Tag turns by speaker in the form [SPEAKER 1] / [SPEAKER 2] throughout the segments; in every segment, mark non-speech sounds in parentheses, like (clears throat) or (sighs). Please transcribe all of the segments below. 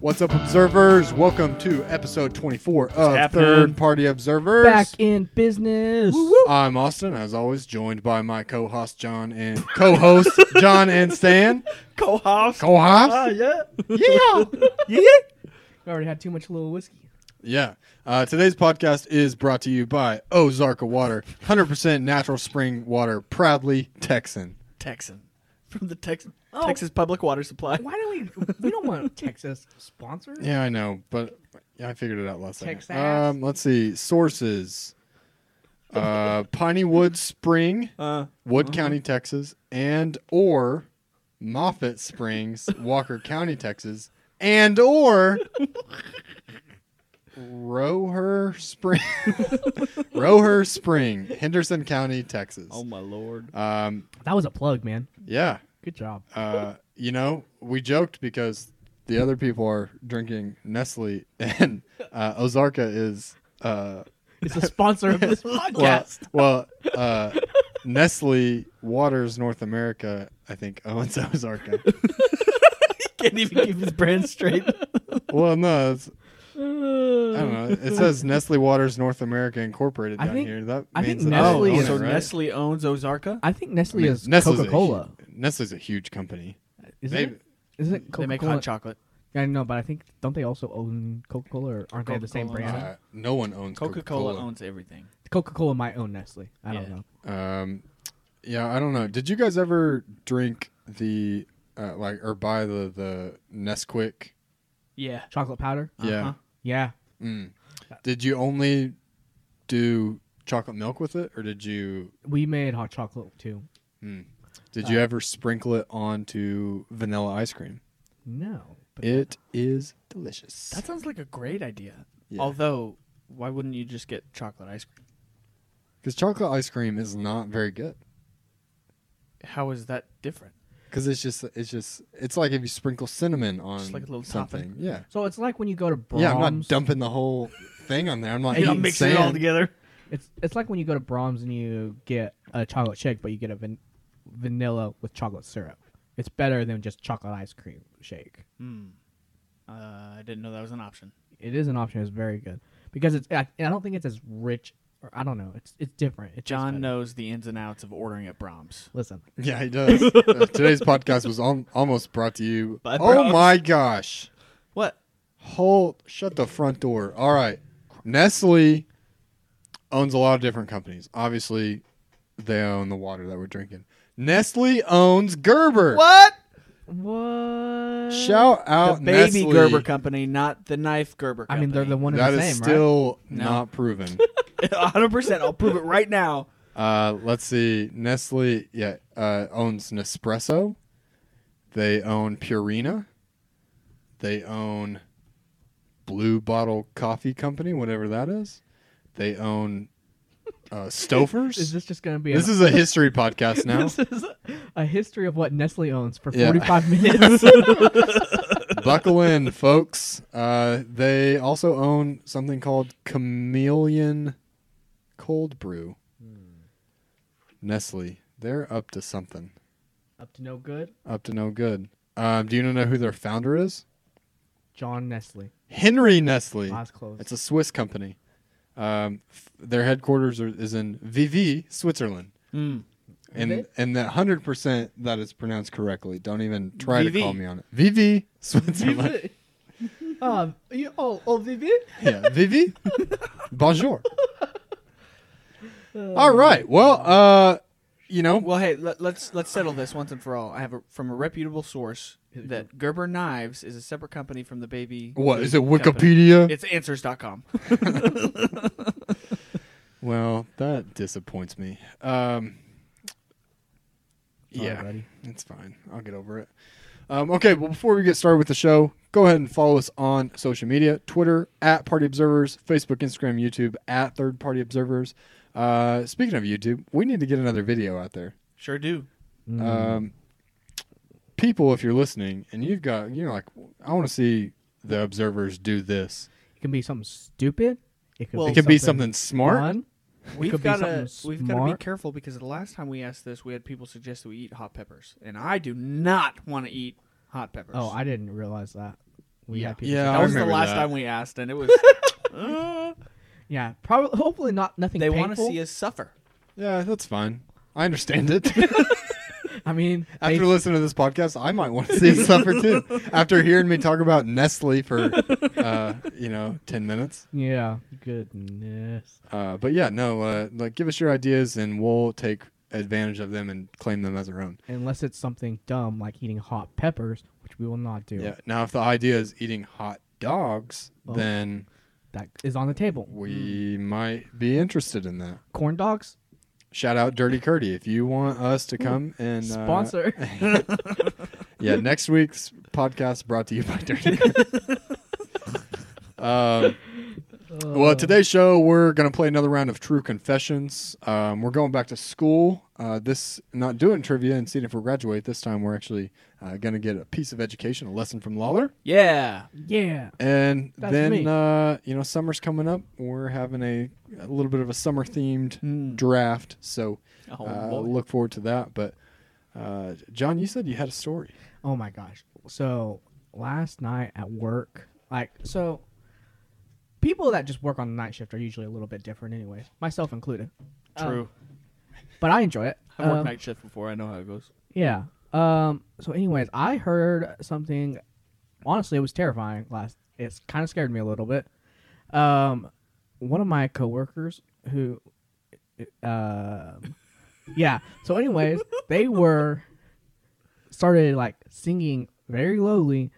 [SPEAKER 1] What's up, observers? Welcome to episode 24 of
[SPEAKER 2] happening?
[SPEAKER 1] Third Party Observers.
[SPEAKER 3] Back in business.
[SPEAKER 1] I'm Austin, as always, joined by my co-host John and co-host (laughs) John and Stan.
[SPEAKER 2] Co-host. Ah,
[SPEAKER 1] Co-host,
[SPEAKER 3] (laughs)
[SPEAKER 2] yeah.
[SPEAKER 1] yeah,
[SPEAKER 2] Yeah.
[SPEAKER 3] I already had too much little whiskey.
[SPEAKER 1] yeah. Uh, today's podcast is brought to you by Ozarka Water, 100% natural spring water, proudly Texan.
[SPEAKER 2] Texan. From the Tex-
[SPEAKER 3] Oh.
[SPEAKER 2] Texas Public Water Supply.
[SPEAKER 3] Why do we? We don't want Texas sponsors.
[SPEAKER 1] Yeah, I know, but I figured it out last
[SPEAKER 3] Texas.
[SPEAKER 1] second. Um, let's see sources: uh, Pinewood Spring,
[SPEAKER 2] Uh,
[SPEAKER 1] Wood County, Texas, and or Moffat Springs, Walker County, Texas, and or Roher Spring, Roher Spring, Henderson County, Texas.
[SPEAKER 2] oh, my Lord.
[SPEAKER 1] Um,
[SPEAKER 3] That was a plug, man.
[SPEAKER 1] yeah,
[SPEAKER 3] Good job.
[SPEAKER 1] uh, you know, we joked because the other people are drinking Nestle, (laughs) and uh, Ozarka is uh,
[SPEAKER 3] It's a sponsor of (laughs) this
[SPEAKER 1] well,
[SPEAKER 3] podcast.
[SPEAKER 1] well uh, Nestle Waters North America, I think owns (laughs) Ozarka.
[SPEAKER 2] Can't
[SPEAKER 3] (laughs)
[SPEAKER 2] even keep his brand straight.
[SPEAKER 1] well, no, it's, I
[SPEAKER 3] don't
[SPEAKER 1] don't know. It says Nestle Waters North America Incorporated
[SPEAKER 3] I
[SPEAKER 1] down
[SPEAKER 3] think-
[SPEAKER 1] here. That
[SPEAKER 3] I
[SPEAKER 1] means that
[SPEAKER 3] think
[SPEAKER 1] they
[SPEAKER 3] Nestle
[SPEAKER 1] own
[SPEAKER 2] oh,
[SPEAKER 3] is-
[SPEAKER 1] it,
[SPEAKER 2] so
[SPEAKER 1] right?
[SPEAKER 2] Nestle owns Ozarka?
[SPEAKER 3] I think
[SPEAKER 1] I
[SPEAKER 3] Nestle
[SPEAKER 1] mean,
[SPEAKER 3] is
[SPEAKER 1] Nestle's a
[SPEAKER 3] Coca Cola.
[SPEAKER 1] hu- Nestle's a huge company.
[SPEAKER 3] Isn't
[SPEAKER 1] they-
[SPEAKER 3] it? Isn't it
[SPEAKER 2] They
[SPEAKER 3] Coca
[SPEAKER 2] make hot
[SPEAKER 3] Cola?
[SPEAKER 2] chocolate.
[SPEAKER 3] I know, but I think don't they also own Coca Cola or aren't they the same
[SPEAKER 2] Coca-Cola.
[SPEAKER 3] brand?
[SPEAKER 1] Uh, no one owns
[SPEAKER 2] Coca Cola owns everything.
[SPEAKER 3] Coca Cola might own Nestle. I don't
[SPEAKER 2] Yeah.
[SPEAKER 3] know.
[SPEAKER 1] Um, yeah, I don't know. Did you guys ever drink the uh, like or buy the the Nesquik?
[SPEAKER 2] Yeah.
[SPEAKER 3] Chocolate powder.
[SPEAKER 2] Uh-huh.
[SPEAKER 1] Yeah.
[SPEAKER 3] Yeah.
[SPEAKER 1] Mm. Did you only do chocolate milk with it, or did you
[SPEAKER 3] We made hot chocolate too.
[SPEAKER 1] did
[SPEAKER 2] Uh,
[SPEAKER 1] you ever sprinkle it onto vanilla ice cream?
[SPEAKER 3] No. But
[SPEAKER 1] It is delicious.
[SPEAKER 2] That sounds like a great idea.
[SPEAKER 1] Yeah.
[SPEAKER 2] Although, why wouldn't you just get chocolate ice cream?
[SPEAKER 1] Because chocolate ice cream is not very good.
[SPEAKER 2] How is that different?
[SPEAKER 1] Because it's just it's just it's like if you sprinkle cinnamon on
[SPEAKER 2] like a little topping.
[SPEAKER 1] something. Yeah,
[SPEAKER 3] so it's like when you go to Brahms.
[SPEAKER 1] yeah. I'm not dumping the whole thing on there. I'm not
[SPEAKER 3] You're
[SPEAKER 1] eating
[SPEAKER 3] not
[SPEAKER 2] mixing it all
[SPEAKER 1] sand.
[SPEAKER 2] together.
[SPEAKER 3] It's it's like when you go to Brahms and you get a chocolate shake, but you get a van- vanilla with chocolate syrup. It's better than just chocolate ice cream shake.
[SPEAKER 2] Hmm. Uh, I didn't know that was an option.
[SPEAKER 3] It is an option. It's very good because it's. I, and I don't think it's as rich. Or I don't know. It's it's different. It tastes
[SPEAKER 2] John
[SPEAKER 3] better.
[SPEAKER 2] knows the ins and outs of ordering at Brahms.
[SPEAKER 3] Listen,
[SPEAKER 1] Yeah, he
[SPEAKER 2] (laughs)
[SPEAKER 1] does. Uh, today's podcast was al- almost brought to you.
[SPEAKER 2] By
[SPEAKER 1] oh
[SPEAKER 2] Bronx.
[SPEAKER 1] my gosh!
[SPEAKER 2] What?
[SPEAKER 1] Hold, shut the front door. All right, Nestle owns a lot of different companies. Obviously, they own the water that we're drinking. Nestle owns Gerber.
[SPEAKER 2] What?
[SPEAKER 3] what?
[SPEAKER 1] Shout out
[SPEAKER 2] the baby
[SPEAKER 1] Nestle.
[SPEAKER 2] Gerber company, not the knife Gerber
[SPEAKER 3] Oh, I
[SPEAKER 2] company.
[SPEAKER 3] mean, they're the one and
[SPEAKER 1] That
[SPEAKER 3] the
[SPEAKER 1] is
[SPEAKER 3] same, right?
[SPEAKER 1] still
[SPEAKER 2] No.
[SPEAKER 1] not
[SPEAKER 2] (laughs)
[SPEAKER 1] proven.
[SPEAKER 2] 100%. I'll prove it right now.
[SPEAKER 1] Uh, let's see. Nestle yeah, uh, owns Nespresso. They own Purina. They own Blue Bottle Coffee Company, whatever that is. They own
[SPEAKER 3] (laughs)
[SPEAKER 1] uh, Stouffer's.
[SPEAKER 3] Is this just going to be?
[SPEAKER 1] This
[SPEAKER 3] an-
[SPEAKER 1] is a history podcast now.
[SPEAKER 3] (laughs) this is a history of what Nestle owns for
[SPEAKER 1] Yeah. (laughs)
[SPEAKER 3] 45 minutes.
[SPEAKER 1] Buckle in, folks. Uh, they also own something called Chameleon Cold Brew.
[SPEAKER 3] Hmm.
[SPEAKER 1] Nestle. They're up to something.
[SPEAKER 3] Up to no good.
[SPEAKER 1] Up to no good. Um, do you know who their founder is?
[SPEAKER 3] John Nestle.
[SPEAKER 1] Henry Nestle.
[SPEAKER 3] Eyes closed.
[SPEAKER 1] It's a Swiss company. Um, f- their headquarters are, is in Vivi, Switzerland. And
[SPEAKER 3] Vivi?
[SPEAKER 1] and that hundred percent that is pronounced correctly. Don't even try
[SPEAKER 2] Vivi.
[SPEAKER 1] to call me on it. Vivi, Switzerland.
[SPEAKER 3] Vivi. (laughs) um, you, oh, oh, Vivi?
[SPEAKER 1] yeah, Vivi. Bonjour. All right. Well, uh, you know,
[SPEAKER 2] Well, hey, let, let's let's settle this once and for all. I have a, from a reputable source that Gerber Knives is a separate company from the baby.
[SPEAKER 1] what
[SPEAKER 2] food
[SPEAKER 1] is it?
[SPEAKER 2] company.
[SPEAKER 1] Wikipedia.
[SPEAKER 2] It's answers.com.
[SPEAKER 1] Well, that disappoints me. Um, yeah,
[SPEAKER 3] Alrighty.
[SPEAKER 1] it's fine. I'll get over it. Um, okay, well, before we get started with the show, go ahead and follow us on social media Twitter at Party Observers, Facebook, Instagram, YouTube at Third Party Observers. Uh, speaking of YouTube, we need to get another video out there.
[SPEAKER 2] Sure do.
[SPEAKER 1] Um, people, if you're listening and you've got, you're like, I want to see the observers do this,
[SPEAKER 3] It can be something stupid. It could
[SPEAKER 2] Well,
[SPEAKER 3] be
[SPEAKER 1] it could be something smart.
[SPEAKER 3] fun.
[SPEAKER 2] We've
[SPEAKER 3] could be
[SPEAKER 2] got to
[SPEAKER 3] something
[SPEAKER 2] we've got to be
[SPEAKER 3] smart.
[SPEAKER 2] careful because the last time we asked this, we had people suggest that we eat hot peppers, and I do not want to eat hot peppers.
[SPEAKER 3] Oh, I didn't Oh, realize that. we
[SPEAKER 2] Yeah.
[SPEAKER 3] had people.
[SPEAKER 1] Yeah,
[SPEAKER 3] say
[SPEAKER 2] That
[SPEAKER 1] I
[SPEAKER 2] was the
[SPEAKER 1] remember
[SPEAKER 2] last
[SPEAKER 1] that.
[SPEAKER 2] time we asked, and it
[SPEAKER 3] (laughs)
[SPEAKER 2] was. uh,
[SPEAKER 3] yeah. Probably, hopefully not nothing.
[SPEAKER 2] they want
[SPEAKER 3] want
[SPEAKER 2] to see us suffer.
[SPEAKER 1] Yeah, that's fine. I understand it.
[SPEAKER 3] I mean, they-
[SPEAKER 1] After listening to this podcast, I might want to see it (laughs) suffer too. After hearing me talk about Nestle for, uh, you know, ten minutes.
[SPEAKER 3] yeah. Goodness.
[SPEAKER 1] Uh, but yeah, no. Uh, like, give us your ideas, and we'll take advantage of them and claim them as our own.
[SPEAKER 3] Unless it's something dumb like eating hot peppers, which we will not do.
[SPEAKER 1] Yeah. Now, if the idea is eating hot dogs,
[SPEAKER 3] Well-
[SPEAKER 1] then
[SPEAKER 3] That is on the table.
[SPEAKER 1] we might be interested in that.
[SPEAKER 3] Corn dogs
[SPEAKER 1] Shout out Dirty Curdy if you want us to come and uh,
[SPEAKER 3] sponsor.
[SPEAKER 1] (laughs) yeah, next week's podcast brought to you by Dirty. um,
[SPEAKER 2] Uh.
[SPEAKER 1] well, today's show we're gonna play another round of True Confessions. Um, we're going back to school. Uh, this not doing trivia and seeing if we graduate. This time we're actually uh, gonna get a piece of education, a lesson from Lawler.
[SPEAKER 2] Yeah.
[SPEAKER 3] yeah.
[SPEAKER 1] And
[SPEAKER 3] That's
[SPEAKER 1] then
[SPEAKER 3] me.
[SPEAKER 1] uh, you know summer's coming up. We're having a, a little bit of a summer themed
[SPEAKER 2] Hmm.
[SPEAKER 1] draft, so
[SPEAKER 2] Oh,
[SPEAKER 1] uh,
[SPEAKER 2] boy.
[SPEAKER 1] look forward to that. But uh, John, you said you had a story.
[SPEAKER 3] Oh my gosh. So last night at work, like so people that just work on the night shift are usually a little bit different anyways, myself included. Um,
[SPEAKER 2] True.
[SPEAKER 3] but I enjoy it.
[SPEAKER 2] I've worked
[SPEAKER 3] Um,
[SPEAKER 2] night shift before. I know how it goes.
[SPEAKER 3] Yeah. Um so anyways, I heard something honestly it was terrifying last it's kind of scared me a little bit. Um one of my coworkers who uh, yeah. So anyways, they were started like singing very lowly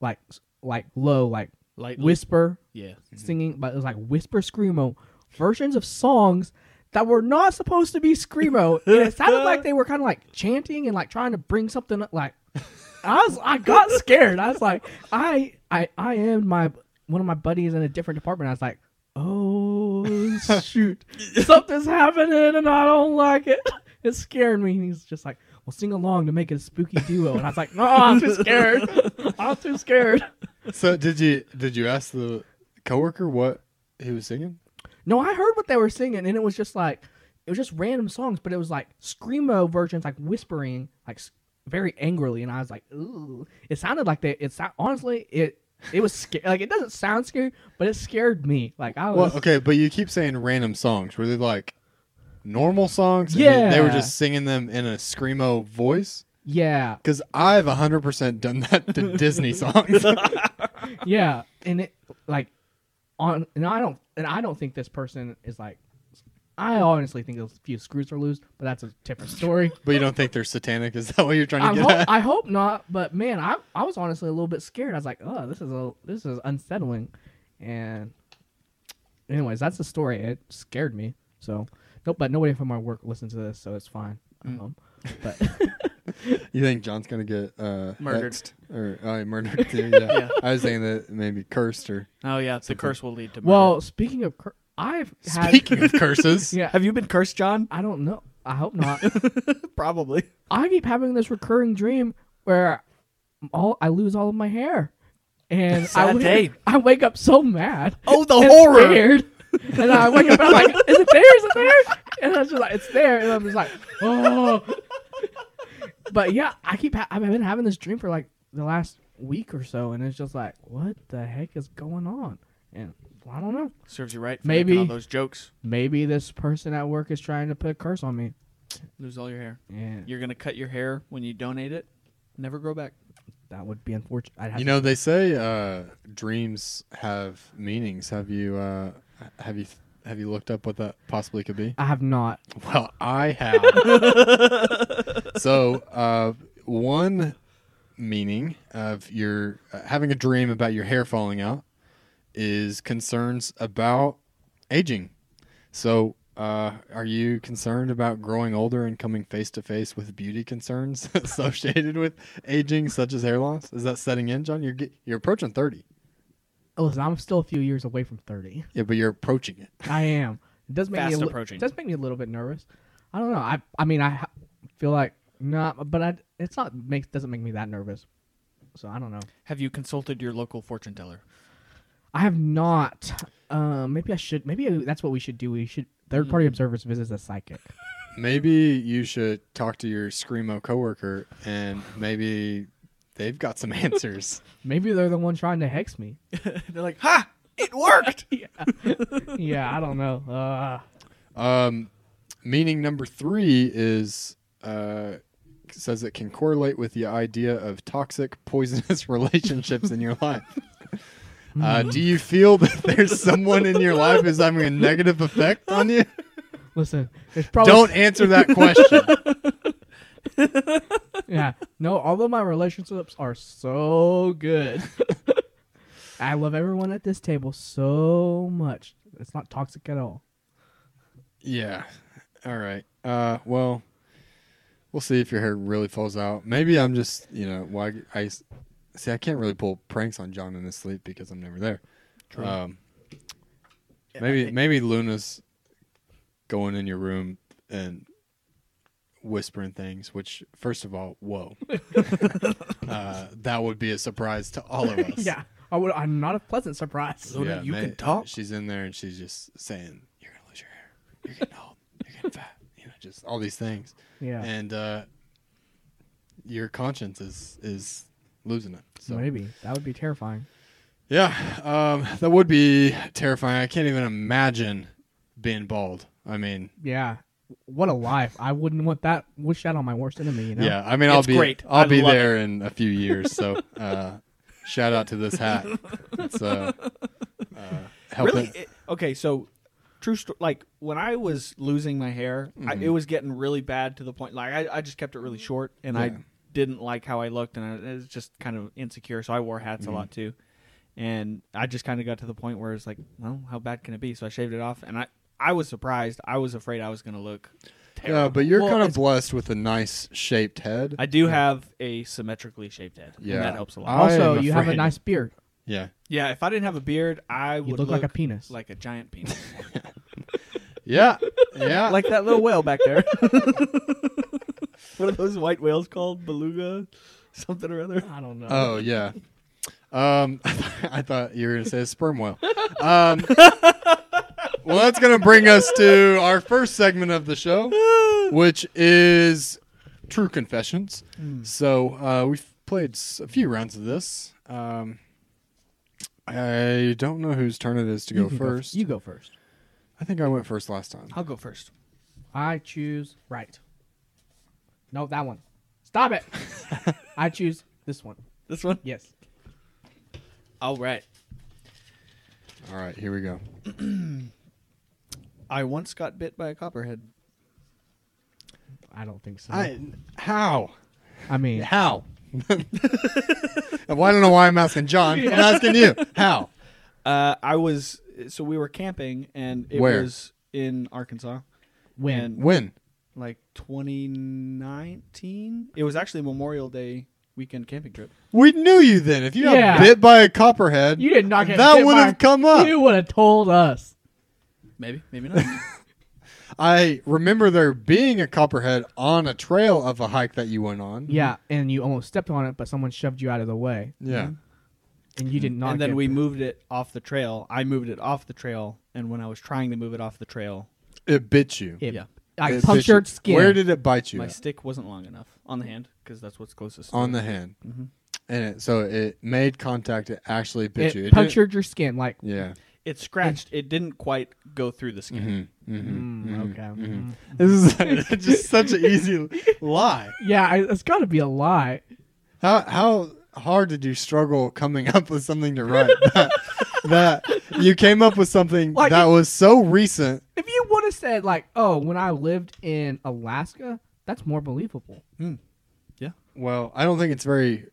[SPEAKER 3] like like low like
[SPEAKER 2] Lightly.
[SPEAKER 3] whisper
[SPEAKER 2] yeah.
[SPEAKER 3] singing, but it was like whisper screamo versions of songs that were not supposed to be screamo. and it sounded like they were kind of like chanting and like trying to bring something up, like. I was I got scared. I was like I I I am my one of my buddies in a different department. I was like, oh shoot, something's happening and I don't like it. It's scaring me. And he's just like, well, sing along to make it a spooky duo. And I was like, no, I'm too scared. I'm too scared.
[SPEAKER 1] So did you did you ask the coworker what he was singing?
[SPEAKER 3] No, I heard what they were singing, and it was just like it was just random songs, but it was like screamo versions, like whispering, like s- very angrily, and I was like, ooh, it sounded like they. It sou- honestly, it it was sca- (laughs) like it doesn't sound scary, but it scared me. Like I was,
[SPEAKER 1] Well, okay, but you keep saying random songs. Were they like normal songs? and they- They were
[SPEAKER 3] Yeah.
[SPEAKER 1] just singing them in a screamo voice.
[SPEAKER 3] yeah,
[SPEAKER 1] Because I've 100% done that
[SPEAKER 3] (laughs)
[SPEAKER 1] to Disney songs.
[SPEAKER 3] yeah, and it like on, and I don't, and I don't think this person is like. I honestly think a few screws are loose, but that's a different story.
[SPEAKER 1] but you don't think they're satanic? Is that what you're trying
[SPEAKER 3] I
[SPEAKER 1] to get
[SPEAKER 2] (laughs)
[SPEAKER 3] hope,
[SPEAKER 1] at?
[SPEAKER 3] I hope not, but man, I, I was honestly a little bit scared. I was like, oh, this is a this is unsettling, and anyways, that's the story. It scared me. So nope, but nobody from my work listened to this, so it's fine.
[SPEAKER 2] Mm. (laughs)
[SPEAKER 3] Um, but
[SPEAKER 1] You think John's going to get uh,
[SPEAKER 2] Murdered.
[SPEAKER 1] hexed? Or uh, murdered too, yeah.
[SPEAKER 2] Yeah.
[SPEAKER 1] I was saying that maybe cursed or.
[SPEAKER 2] Oh yeah. The curse will lead to. Murder.
[SPEAKER 3] well, speaking of, cur- I've had
[SPEAKER 1] Speaking of curses,
[SPEAKER 3] yeah,
[SPEAKER 2] have you been cursed, (laughs) John?
[SPEAKER 3] (laughs) I don't know. I hope not.
[SPEAKER 2] Probably.
[SPEAKER 3] I keep having this recurring dream where all I lose all of my hair, and I
[SPEAKER 2] Sad
[SPEAKER 3] wake,
[SPEAKER 2] day.
[SPEAKER 3] (laughs) I wake up so mad.
[SPEAKER 2] Oh, the
[SPEAKER 3] and
[SPEAKER 2] horror!
[SPEAKER 3] scared. And I wake up and I'm like, is it there? Is it there? And I was just like, it's there. And I'm just like, oh. But yeah, I keep ha- I've been having this dream for like the last week or so, and it's just like, what the heck is going on? And I don't know.
[SPEAKER 2] Serves you right. for
[SPEAKER 3] Maybe.
[SPEAKER 2] making all those jokes.
[SPEAKER 3] Maybe this person at work is trying to put a curse on me.
[SPEAKER 2] Lose all your hair.
[SPEAKER 3] Yeah,
[SPEAKER 2] You're gonna cut your hair when you donate it. Never grow back.
[SPEAKER 3] that would be unfortunate. I'd have
[SPEAKER 1] you know, they say uh, dreams have meanings. Have you. Uh, have you have you looked up what that possibly could be?
[SPEAKER 3] I have not.
[SPEAKER 1] Well, I have. so, uh, one meaning of your uh, having a dream about your hair falling out is concerns about aging. So, uh, are you concerned about growing older and coming face to face with beauty concerns (laughs) associated with aging, such as hair loss? Is that setting in, John? You're get, you're approaching thirty.
[SPEAKER 3] Listen, I'm still a few years away from 30.
[SPEAKER 1] Yeah, but you're approaching it.
[SPEAKER 3] I am. It does make me
[SPEAKER 2] Fast
[SPEAKER 3] a li-
[SPEAKER 2] approaching.
[SPEAKER 3] It does make me a little bit nervous. I don't know. I I mean I ha- feel like not, but I it's not makes doesn't make me that nervous. So I don't know.
[SPEAKER 2] Have you consulted your local fortune teller?
[SPEAKER 3] I have not. Um, maybe I should. Maybe that's what we should do. We should third
[SPEAKER 2] Mm-hmm.
[SPEAKER 3] party observers visit a psychic.
[SPEAKER 1] Maybe you should talk to your screamo coworker, and maybe They've got some (laughs) answers.
[SPEAKER 3] Maybe they're the one trying to
[SPEAKER 2] (laughs)
[SPEAKER 3] hex me.
[SPEAKER 2] (laughs) They're like, ha! It (laughs) worked.
[SPEAKER 3] yeah, I don't know. Uh,
[SPEAKER 1] Um, meaning number three is uh, says it can correlate with the idea of toxic, poisonous (laughs) relationships in your life. Uh, do you feel that there's someone in your life who's having a negative effect on you?
[SPEAKER 3] listen, it's probably
[SPEAKER 1] Don't answer that question.
[SPEAKER 3] Yeah, no. Although my relationships are so
[SPEAKER 2] (laughs)
[SPEAKER 3] good, I love everyone at this table so much. It's not toxic at all.
[SPEAKER 1] Yeah. All right. Uh, well, we'll see if your hair really falls out. Maybe I'm just, you know, why I see. I can't really pull pranks on John in his sleep because I'm never there. Um, maybe maybe Luna's going in your room and whispering things. Which, first of all, whoa, uh, that would be a surprise to all of us.
[SPEAKER 3] Yeah, I would. I'm not a pleasant surprise.
[SPEAKER 2] Luna, you can talk?
[SPEAKER 1] She's in there and she's just saying, "You're gonna lose your hair. You're getting old. You're getting fat. You know, just all these things."
[SPEAKER 3] Yeah,
[SPEAKER 1] And uh, your conscience is is losing it. So
[SPEAKER 3] maybe that would be terrifying.
[SPEAKER 1] yeah, um, that would be terrifying. I can't even imagine being bald. I mean,
[SPEAKER 3] Yeah, what a life. I wouldn't want that. Wish that on my worst enemy. You know.
[SPEAKER 1] yeah, I mean, I'll
[SPEAKER 2] It's
[SPEAKER 1] be
[SPEAKER 2] great.
[SPEAKER 1] I'll
[SPEAKER 2] I
[SPEAKER 1] be
[SPEAKER 2] love
[SPEAKER 1] there in a few years.
[SPEAKER 2] (laughs)
[SPEAKER 1] So uh, shout out to this hat. It's uh, uh, helping.
[SPEAKER 2] really? It- Oh, okay, so true story. Like when I was losing my hair, I,
[SPEAKER 1] Mm-hmm.
[SPEAKER 2] it was getting really bad to the point. Like I, I just kept it really short, and I
[SPEAKER 1] Yeah.
[SPEAKER 2] didn't like how I looked, and I, it was just kind of insecure. So I wore hats
[SPEAKER 1] Mm-hmm.
[SPEAKER 2] a lot too, and I just kind of got to the point where it's like, well, how bad can it be? So I shaved it off, and I I was surprised. I was afraid I was going to look. terrible.
[SPEAKER 1] Yeah, but you're
[SPEAKER 2] Well,
[SPEAKER 1] kind of
[SPEAKER 2] it's-
[SPEAKER 1] blessed with a nice shaped head.
[SPEAKER 2] I do have a symmetrically shaped head.
[SPEAKER 1] Yeah.
[SPEAKER 2] and that helps a lot.
[SPEAKER 1] I
[SPEAKER 3] Also,
[SPEAKER 1] am
[SPEAKER 3] you have a
[SPEAKER 1] afraid.
[SPEAKER 3] nice beard.
[SPEAKER 1] yeah,
[SPEAKER 2] yeah, if I didn't have a beard, I would
[SPEAKER 3] You look, like a penis.
[SPEAKER 2] like a giant penis,
[SPEAKER 1] yeah, yeah.
[SPEAKER 2] (laughs) like that little whale back there. (laughs) what are those white whales called? Beluga, something or other.
[SPEAKER 3] I don't know.
[SPEAKER 1] oh yeah. Um, (laughs) I thought you were gonna say a sperm whale. Um, well, that's gonna bring us to our first segment of the show, which is true confessions. So uh, we've played s- a few rounds of this. Um, I don't know whose turn it is to
[SPEAKER 3] You
[SPEAKER 1] go
[SPEAKER 3] can
[SPEAKER 1] first.
[SPEAKER 3] You go first.
[SPEAKER 1] I think I went first last time.
[SPEAKER 2] I'll go first.
[SPEAKER 3] I choose right. No, that one. Stop it. I choose this one.
[SPEAKER 2] This one.
[SPEAKER 3] Yes.
[SPEAKER 2] All right.
[SPEAKER 1] All right, here we go.
[SPEAKER 2] I once got bit by a copperhead.
[SPEAKER 3] I don't think so.
[SPEAKER 1] I how
[SPEAKER 3] I mean,
[SPEAKER 1] how. well, I don't know why I'm asking John. I'm asking you. How?
[SPEAKER 2] Uh, I was so we were camping, and it
[SPEAKER 1] Where?
[SPEAKER 2] was in Arkansas.
[SPEAKER 3] when
[SPEAKER 2] And
[SPEAKER 1] When?
[SPEAKER 2] like 2019. It was actually Memorial Day weekend camping trip.
[SPEAKER 1] We knew you then. If you got
[SPEAKER 3] Yeah.
[SPEAKER 1] bit by a copperhead,
[SPEAKER 3] you did not get
[SPEAKER 1] that
[SPEAKER 3] bit
[SPEAKER 1] would
[SPEAKER 3] by-
[SPEAKER 1] have come up.
[SPEAKER 3] You would have told us.
[SPEAKER 2] Maybe, maybe (laughs) not.
[SPEAKER 1] I remember there being a copperhead on a trail of a hike that you went on.
[SPEAKER 3] Yeah, and you almost stepped on it, but someone shoved you out of the way,
[SPEAKER 1] Yeah.
[SPEAKER 3] Mm-hmm. and you did not.
[SPEAKER 2] and then
[SPEAKER 3] get
[SPEAKER 2] we
[SPEAKER 3] bit.
[SPEAKER 2] moved it off the trail. I moved it off the trail, and when I was trying to move it off the trail,
[SPEAKER 1] It bit you.
[SPEAKER 3] It,
[SPEAKER 2] Yeah.
[SPEAKER 3] I
[SPEAKER 1] It bit
[SPEAKER 3] punctured
[SPEAKER 1] you.
[SPEAKER 3] skin.
[SPEAKER 1] Where did it bite you?
[SPEAKER 2] my
[SPEAKER 1] at?
[SPEAKER 2] stick wasn't long enough on the hand because that's what's closest. to
[SPEAKER 1] on
[SPEAKER 2] it.
[SPEAKER 1] the hand.
[SPEAKER 3] Mm-hmm.
[SPEAKER 1] And it, so it made contact. It actually bit
[SPEAKER 3] it
[SPEAKER 1] you. didn't-
[SPEAKER 3] punctured your skin? Like, mm, (laughs)
[SPEAKER 1] Yeah.
[SPEAKER 2] it scratched. It didn't quite go through the skin.
[SPEAKER 1] Mm-hmm.
[SPEAKER 3] mm, okay, mm.
[SPEAKER 1] This is (laughs) just such an easy lie.
[SPEAKER 3] yeah, I, it's got to be a lie.
[SPEAKER 1] How how hard did you struggle coming up with something to write (laughs) that, that you came up with something
[SPEAKER 3] Like-
[SPEAKER 1] that was so recent?
[SPEAKER 3] If you would have said like, "Oh, when I lived in Alaska," that's more believable.
[SPEAKER 1] Well, I don't think it's very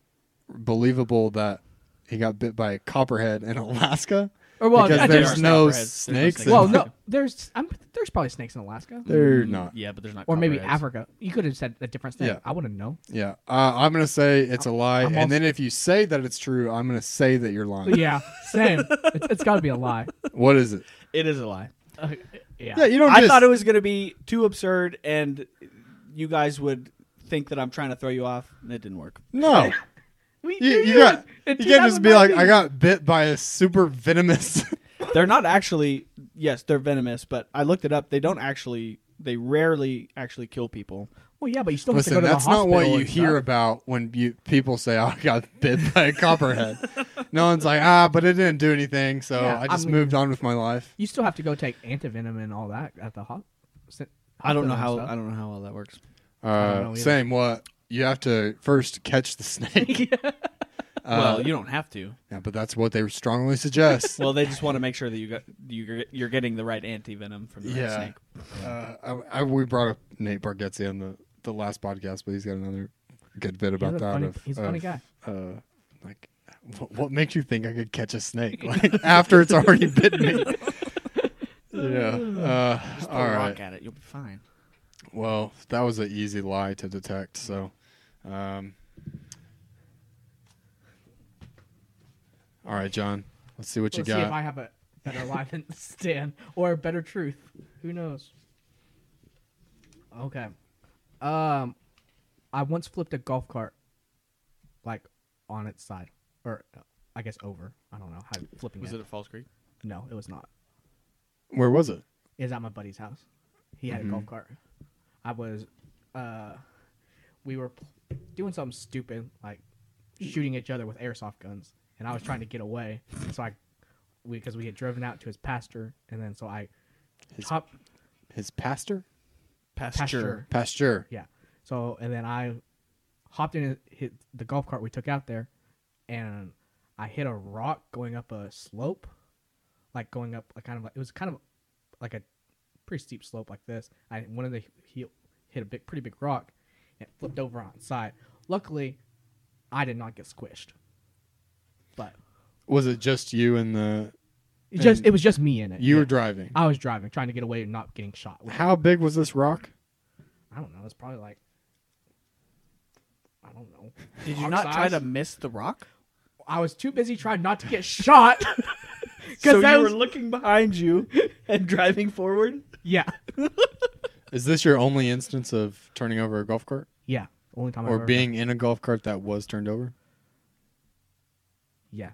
[SPEAKER 1] believable that he got bit by a copperhead in (laughs) Alaska
[SPEAKER 3] Or well,
[SPEAKER 1] because
[SPEAKER 3] I
[SPEAKER 2] there
[SPEAKER 1] there's
[SPEAKER 2] are
[SPEAKER 3] just,
[SPEAKER 1] no
[SPEAKER 2] copperheads. There's
[SPEAKER 1] snakes.
[SPEAKER 2] no
[SPEAKER 1] in-
[SPEAKER 2] snakes.
[SPEAKER 3] well, no, there's I'm, there's probably snakes in Alaska,
[SPEAKER 1] they're
[SPEAKER 2] Mm,
[SPEAKER 1] not.
[SPEAKER 2] Yeah, but there's not.
[SPEAKER 3] or maybe
[SPEAKER 2] copperheads.
[SPEAKER 3] Africa. You could have said a different thing.
[SPEAKER 1] Yeah.
[SPEAKER 3] I wouldn't know.
[SPEAKER 1] Yeah, uh, I'm gonna say it's a lie,
[SPEAKER 3] I'm
[SPEAKER 1] and
[SPEAKER 3] also-
[SPEAKER 1] then if you say that it's true, I'm gonna say that you're lying. (laughs)
[SPEAKER 3] Yeah, same. it's it's got to be a lie.
[SPEAKER 1] What is it?
[SPEAKER 2] It is a lie.
[SPEAKER 3] Uh, yeah.
[SPEAKER 1] Yeah, you don't.
[SPEAKER 2] I
[SPEAKER 1] just-
[SPEAKER 2] thought it was going to be too absurd, and you guys would think that I'm trying to throw you off, and it
[SPEAKER 1] (laughs)
[SPEAKER 2] didn't work.
[SPEAKER 1] no.
[SPEAKER 3] We-
[SPEAKER 1] You,
[SPEAKER 3] we
[SPEAKER 1] you
[SPEAKER 3] knew
[SPEAKER 1] got. You
[SPEAKER 3] it in
[SPEAKER 1] can't just be like,
[SPEAKER 3] 2019.
[SPEAKER 1] I got bit by a super venomous
[SPEAKER 2] They're not actually. Yes, they're venomous, but I looked it up. They don't actually They rarely actually kill people.
[SPEAKER 3] Well, yeah, but you still have
[SPEAKER 1] Listen,
[SPEAKER 3] to go to
[SPEAKER 1] that's
[SPEAKER 3] the
[SPEAKER 1] not
[SPEAKER 3] hospital.
[SPEAKER 1] what you
[SPEAKER 3] and
[SPEAKER 1] hear
[SPEAKER 3] stuff.
[SPEAKER 1] about when you, people say, "Oh, I got bit by a
[SPEAKER 3] (laughs)
[SPEAKER 1] copperhead." no one's like, "Ah, but it didn't do anything, so
[SPEAKER 3] Yeah,
[SPEAKER 1] I
[SPEAKER 3] I
[SPEAKER 1] just
[SPEAKER 3] mean-
[SPEAKER 1] moved on with my life."
[SPEAKER 3] You still have to go take antivenom and all that at the ho- s- hospital.
[SPEAKER 2] I don't know
[SPEAKER 3] and
[SPEAKER 2] how
[SPEAKER 3] stuff.
[SPEAKER 2] I don't know how well that works.
[SPEAKER 3] don't know
[SPEAKER 1] Uh,
[SPEAKER 3] either.
[SPEAKER 1] same. What you have to first catch the snake.
[SPEAKER 3] (laughs)
[SPEAKER 1] Uh,
[SPEAKER 2] well, you don't have to.
[SPEAKER 1] yeah, but that's what they strongly
[SPEAKER 3] (laughs)
[SPEAKER 1] suggest.
[SPEAKER 2] Well, they just want to make sure that you got you're, you're getting the right antivenom from the right
[SPEAKER 1] Yeah.
[SPEAKER 2] snake.
[SPEAKER 1] uh, I, I, we brought up Nate Bargatze on the, the last podcast, but he's got another good bit about
[SPEAKER 3] a
[SPEAKER 1] that.
[SPEAKER 3] funny-
[SPEAKER 1] of,
[SPEAKER 3] he's a funny
[SPEAKER 1] of,
[SPEAKER 3] guy.
[SPEAKER 1] Uh, like, what, what makes you think I could catch a snake (laughs) like after it's already bit
[SPEAKER 3] (laughs)
[SPEAKER 1] me? yeah. Uh,
[SPEAKER 2] Just throw
[SPEAKER 1] all
[SPEAKER 2] a
[SPEAKER 1] right.
[SPEAKER 2] rock at it. You'll be fine.
[SPEAKER 1] Well, that was an easy lie to detect. So, um, all right, John. Let's see what
[SPEAKER 3] Let's
[SPEAKER 1] you
[SPEAKER 3] see
[SPEAKER 1] got.
[SPEAKER 3] if I have a better lie than Stan or a better truth. Who knows? Okay. Um, I once flipped a golf cart, like on its side, or uh, I guess over. I don't know how flipping
[SPEAKER 2] Was
[SPEAKER 3] it.
[SPEAKER 2] it a false creek?
[SPEAKER 3] no, it was not.
[SPEAKER 1] Where was it?
[SPEAKER 3] It was at my buddy's house. He had a golf cart. I was, uh, we were pl- doing something stupid like shooting each other with airsoft guns, and I was trying to get away. So I, we because we had driven out to his pasture, and then so I,
[SPEAKER 1] His
[SPEAKER 3] top
[SPEAKER 1] His pastor?
[SPEAKER 3] pasture,
[SPEAKER 1] Pasture.
[SPEAKER 3] yeah. So and then I hopped in his, the golf cart we took out there, and I hit a rock going up a slope, like going up a kind of like it was kind of like a pretty steep slope like this. I one of the he hit a big pretty big rock, and it flipped over on its side. Luckily, I did not get squished, but
[SPEAKER 1] Was it just you and the
[SPEAKER 3] it just
[SPEAKER 1] And
[SPEAKER 3] it was just me in it.
[SPEAKER 1] you
[SPEAKER 3] yeah.
[SPEAKER 1] were driving?
[SPEAKER 3] I was driving, trying to get away and not getting shot.
[SPEAKER 1] How big was this rock?
[SPEAKER 3] I don't know. It's probably like I don't know.
[SPEAKER 2] Did you
[SPEAKER 3] Rock
[SPEAKER 2] not try
[SPEAKER 3] size?
[SPEAKER 2] to miss the rock?
[SPEAKER 3] I was too busy trying not to
[SPEAKER 2] (laughs)
[SPEAKER 3] get shot. (laughs)
[SPEAKER 2] So
[SPEAKER 3] Because I
[SPEAKER 2] you
[SPEAKER 3] was
[SPEAKER 2] were looking behind (laughs) you and driving forward.
[SPEAKER 3] (laughs) yeah,
[SPEAKER 1] Is this your only instance of turning over a golf cart
[SPEAKER 3] yeah. Only time I
[SPEAKER 1] or
[SPEAKER 3] ever
[SPEAKER 1] being in a golf cart that was turned over?
[SPEAKER 3] yeah.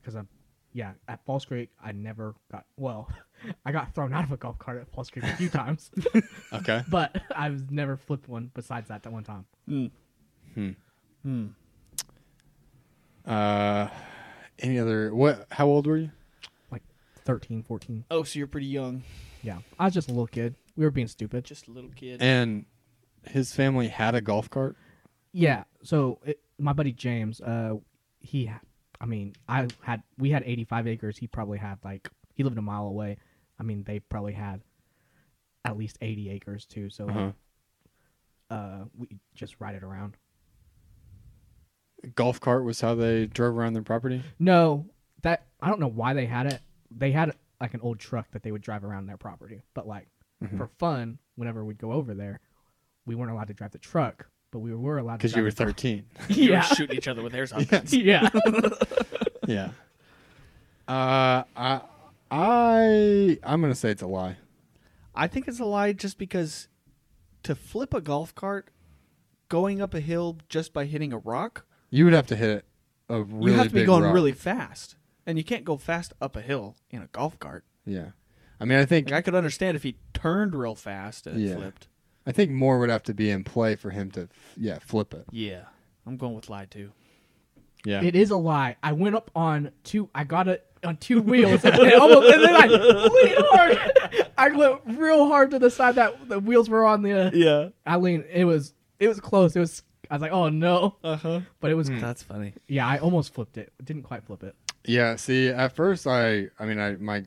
[SPEAKER 3] Because I'm yeah at Falls Creek. I never got well. (laughs) I got thrown out of a golf cart at Falls Creek a few times,
[SPEAKER 2] (laughs)
[SPEAKER 3] (laughs)
[SPEAKER 1] Okay.
[SPEAKER 3] but I was never flipped one besides that that one time.
[SPEAKER 1] Uh, any other? What? How old were you?
[SPEAKER 3] Like 13, 14.
[SPEAKER 2] Oh, so you're pretty young,
[SPEAKER 3] Yeah, I was just a little kid. We were being stupid.
[SPEAKER 2] just a little kid. (laughs)
[SPEAKER 1] And his family had a golf cart.
[SPEAKER 3] Yeah. So it, my buddy James, uh, he, ha- I mean, I had we had 85 acres. He probably had like he lived a mile away. I mean, they probably had at least 80 acres too. So like,
[SPEAKER 1] Uh-huh.
[SPEAKER 3] uh, we just ride it around.
[SPEAKER 1] Golf cart was how they drove around their property.
[SPEAKER 3] No, that I don't know why they had it. They had like an old truck that they would drive around their property, but like
[SPEAKER 1] Mm-hmm.
[SPEAKER 3] for fun, whenever we'd go over there, we weren't allowed to drive the truck, but we were allowed to
[SPEAKER 1] Because you were
[SPEAKER 3] drive the-
[SPEAKER 1] thirteen.
[SPEAKER 2] you were
[SPEAKER 3] Yeah.
[SPEAKER 2] shooting each other with airsoft (laughs) guns.
[SPEAKER 3] (laughs) yeah.
[SPEAKER 1] (laughs) yeah. Uh, I, I, I'm gonna say it's a lie.
[SPEAKER 2] I think it's a lie, just because to flip a golf cart, going up a hill just by hitting a rock,
[SPEAKER 1] You would have to hit a really
[SPEAKER 2] you have to be
[SPEAKER 1] big
[SPEAKER 2] going
[SPEAKER 1] rock.
[SPEAKER 2] really fast, and you can't go fast up a hill in a golf cart.
[SPEAKER 1] Yeah. I mean, I think
[SPEAKER 2] Like I could understand if he turned real fast and it
[SPEAKER 1] Yeah.
[SPEAKER 2] flipped.
[SPEAKER 1] I think more would have to be in play for him to, f- yeah, flip it.
[SPEAKER 2] Yeah, I'm going with lie too.
[SPEAKER 1] Yeah.
[SPEAKER 3] It is a lie. I went up on two. I got it on two wheels, and, it almost, and then I leaned hard. (laughs) I went real hard to the side that the wheels were on the. uh,
[SPEAKER 2] Yeah.
[SPEAKER 3] I leaned. It was. It was close. It was. I was like, oh no,
[SPEAKER 2] Uh huh.
[SPEAKER 3] but it was. (laughs)
[SPEAKER 2] That's funny.
[SPEAKER 3] Yeah, I almost flipped it. Didn't quite flip it.
[SPEAKER 1] yeah. See, at first, I, I mean, I, my,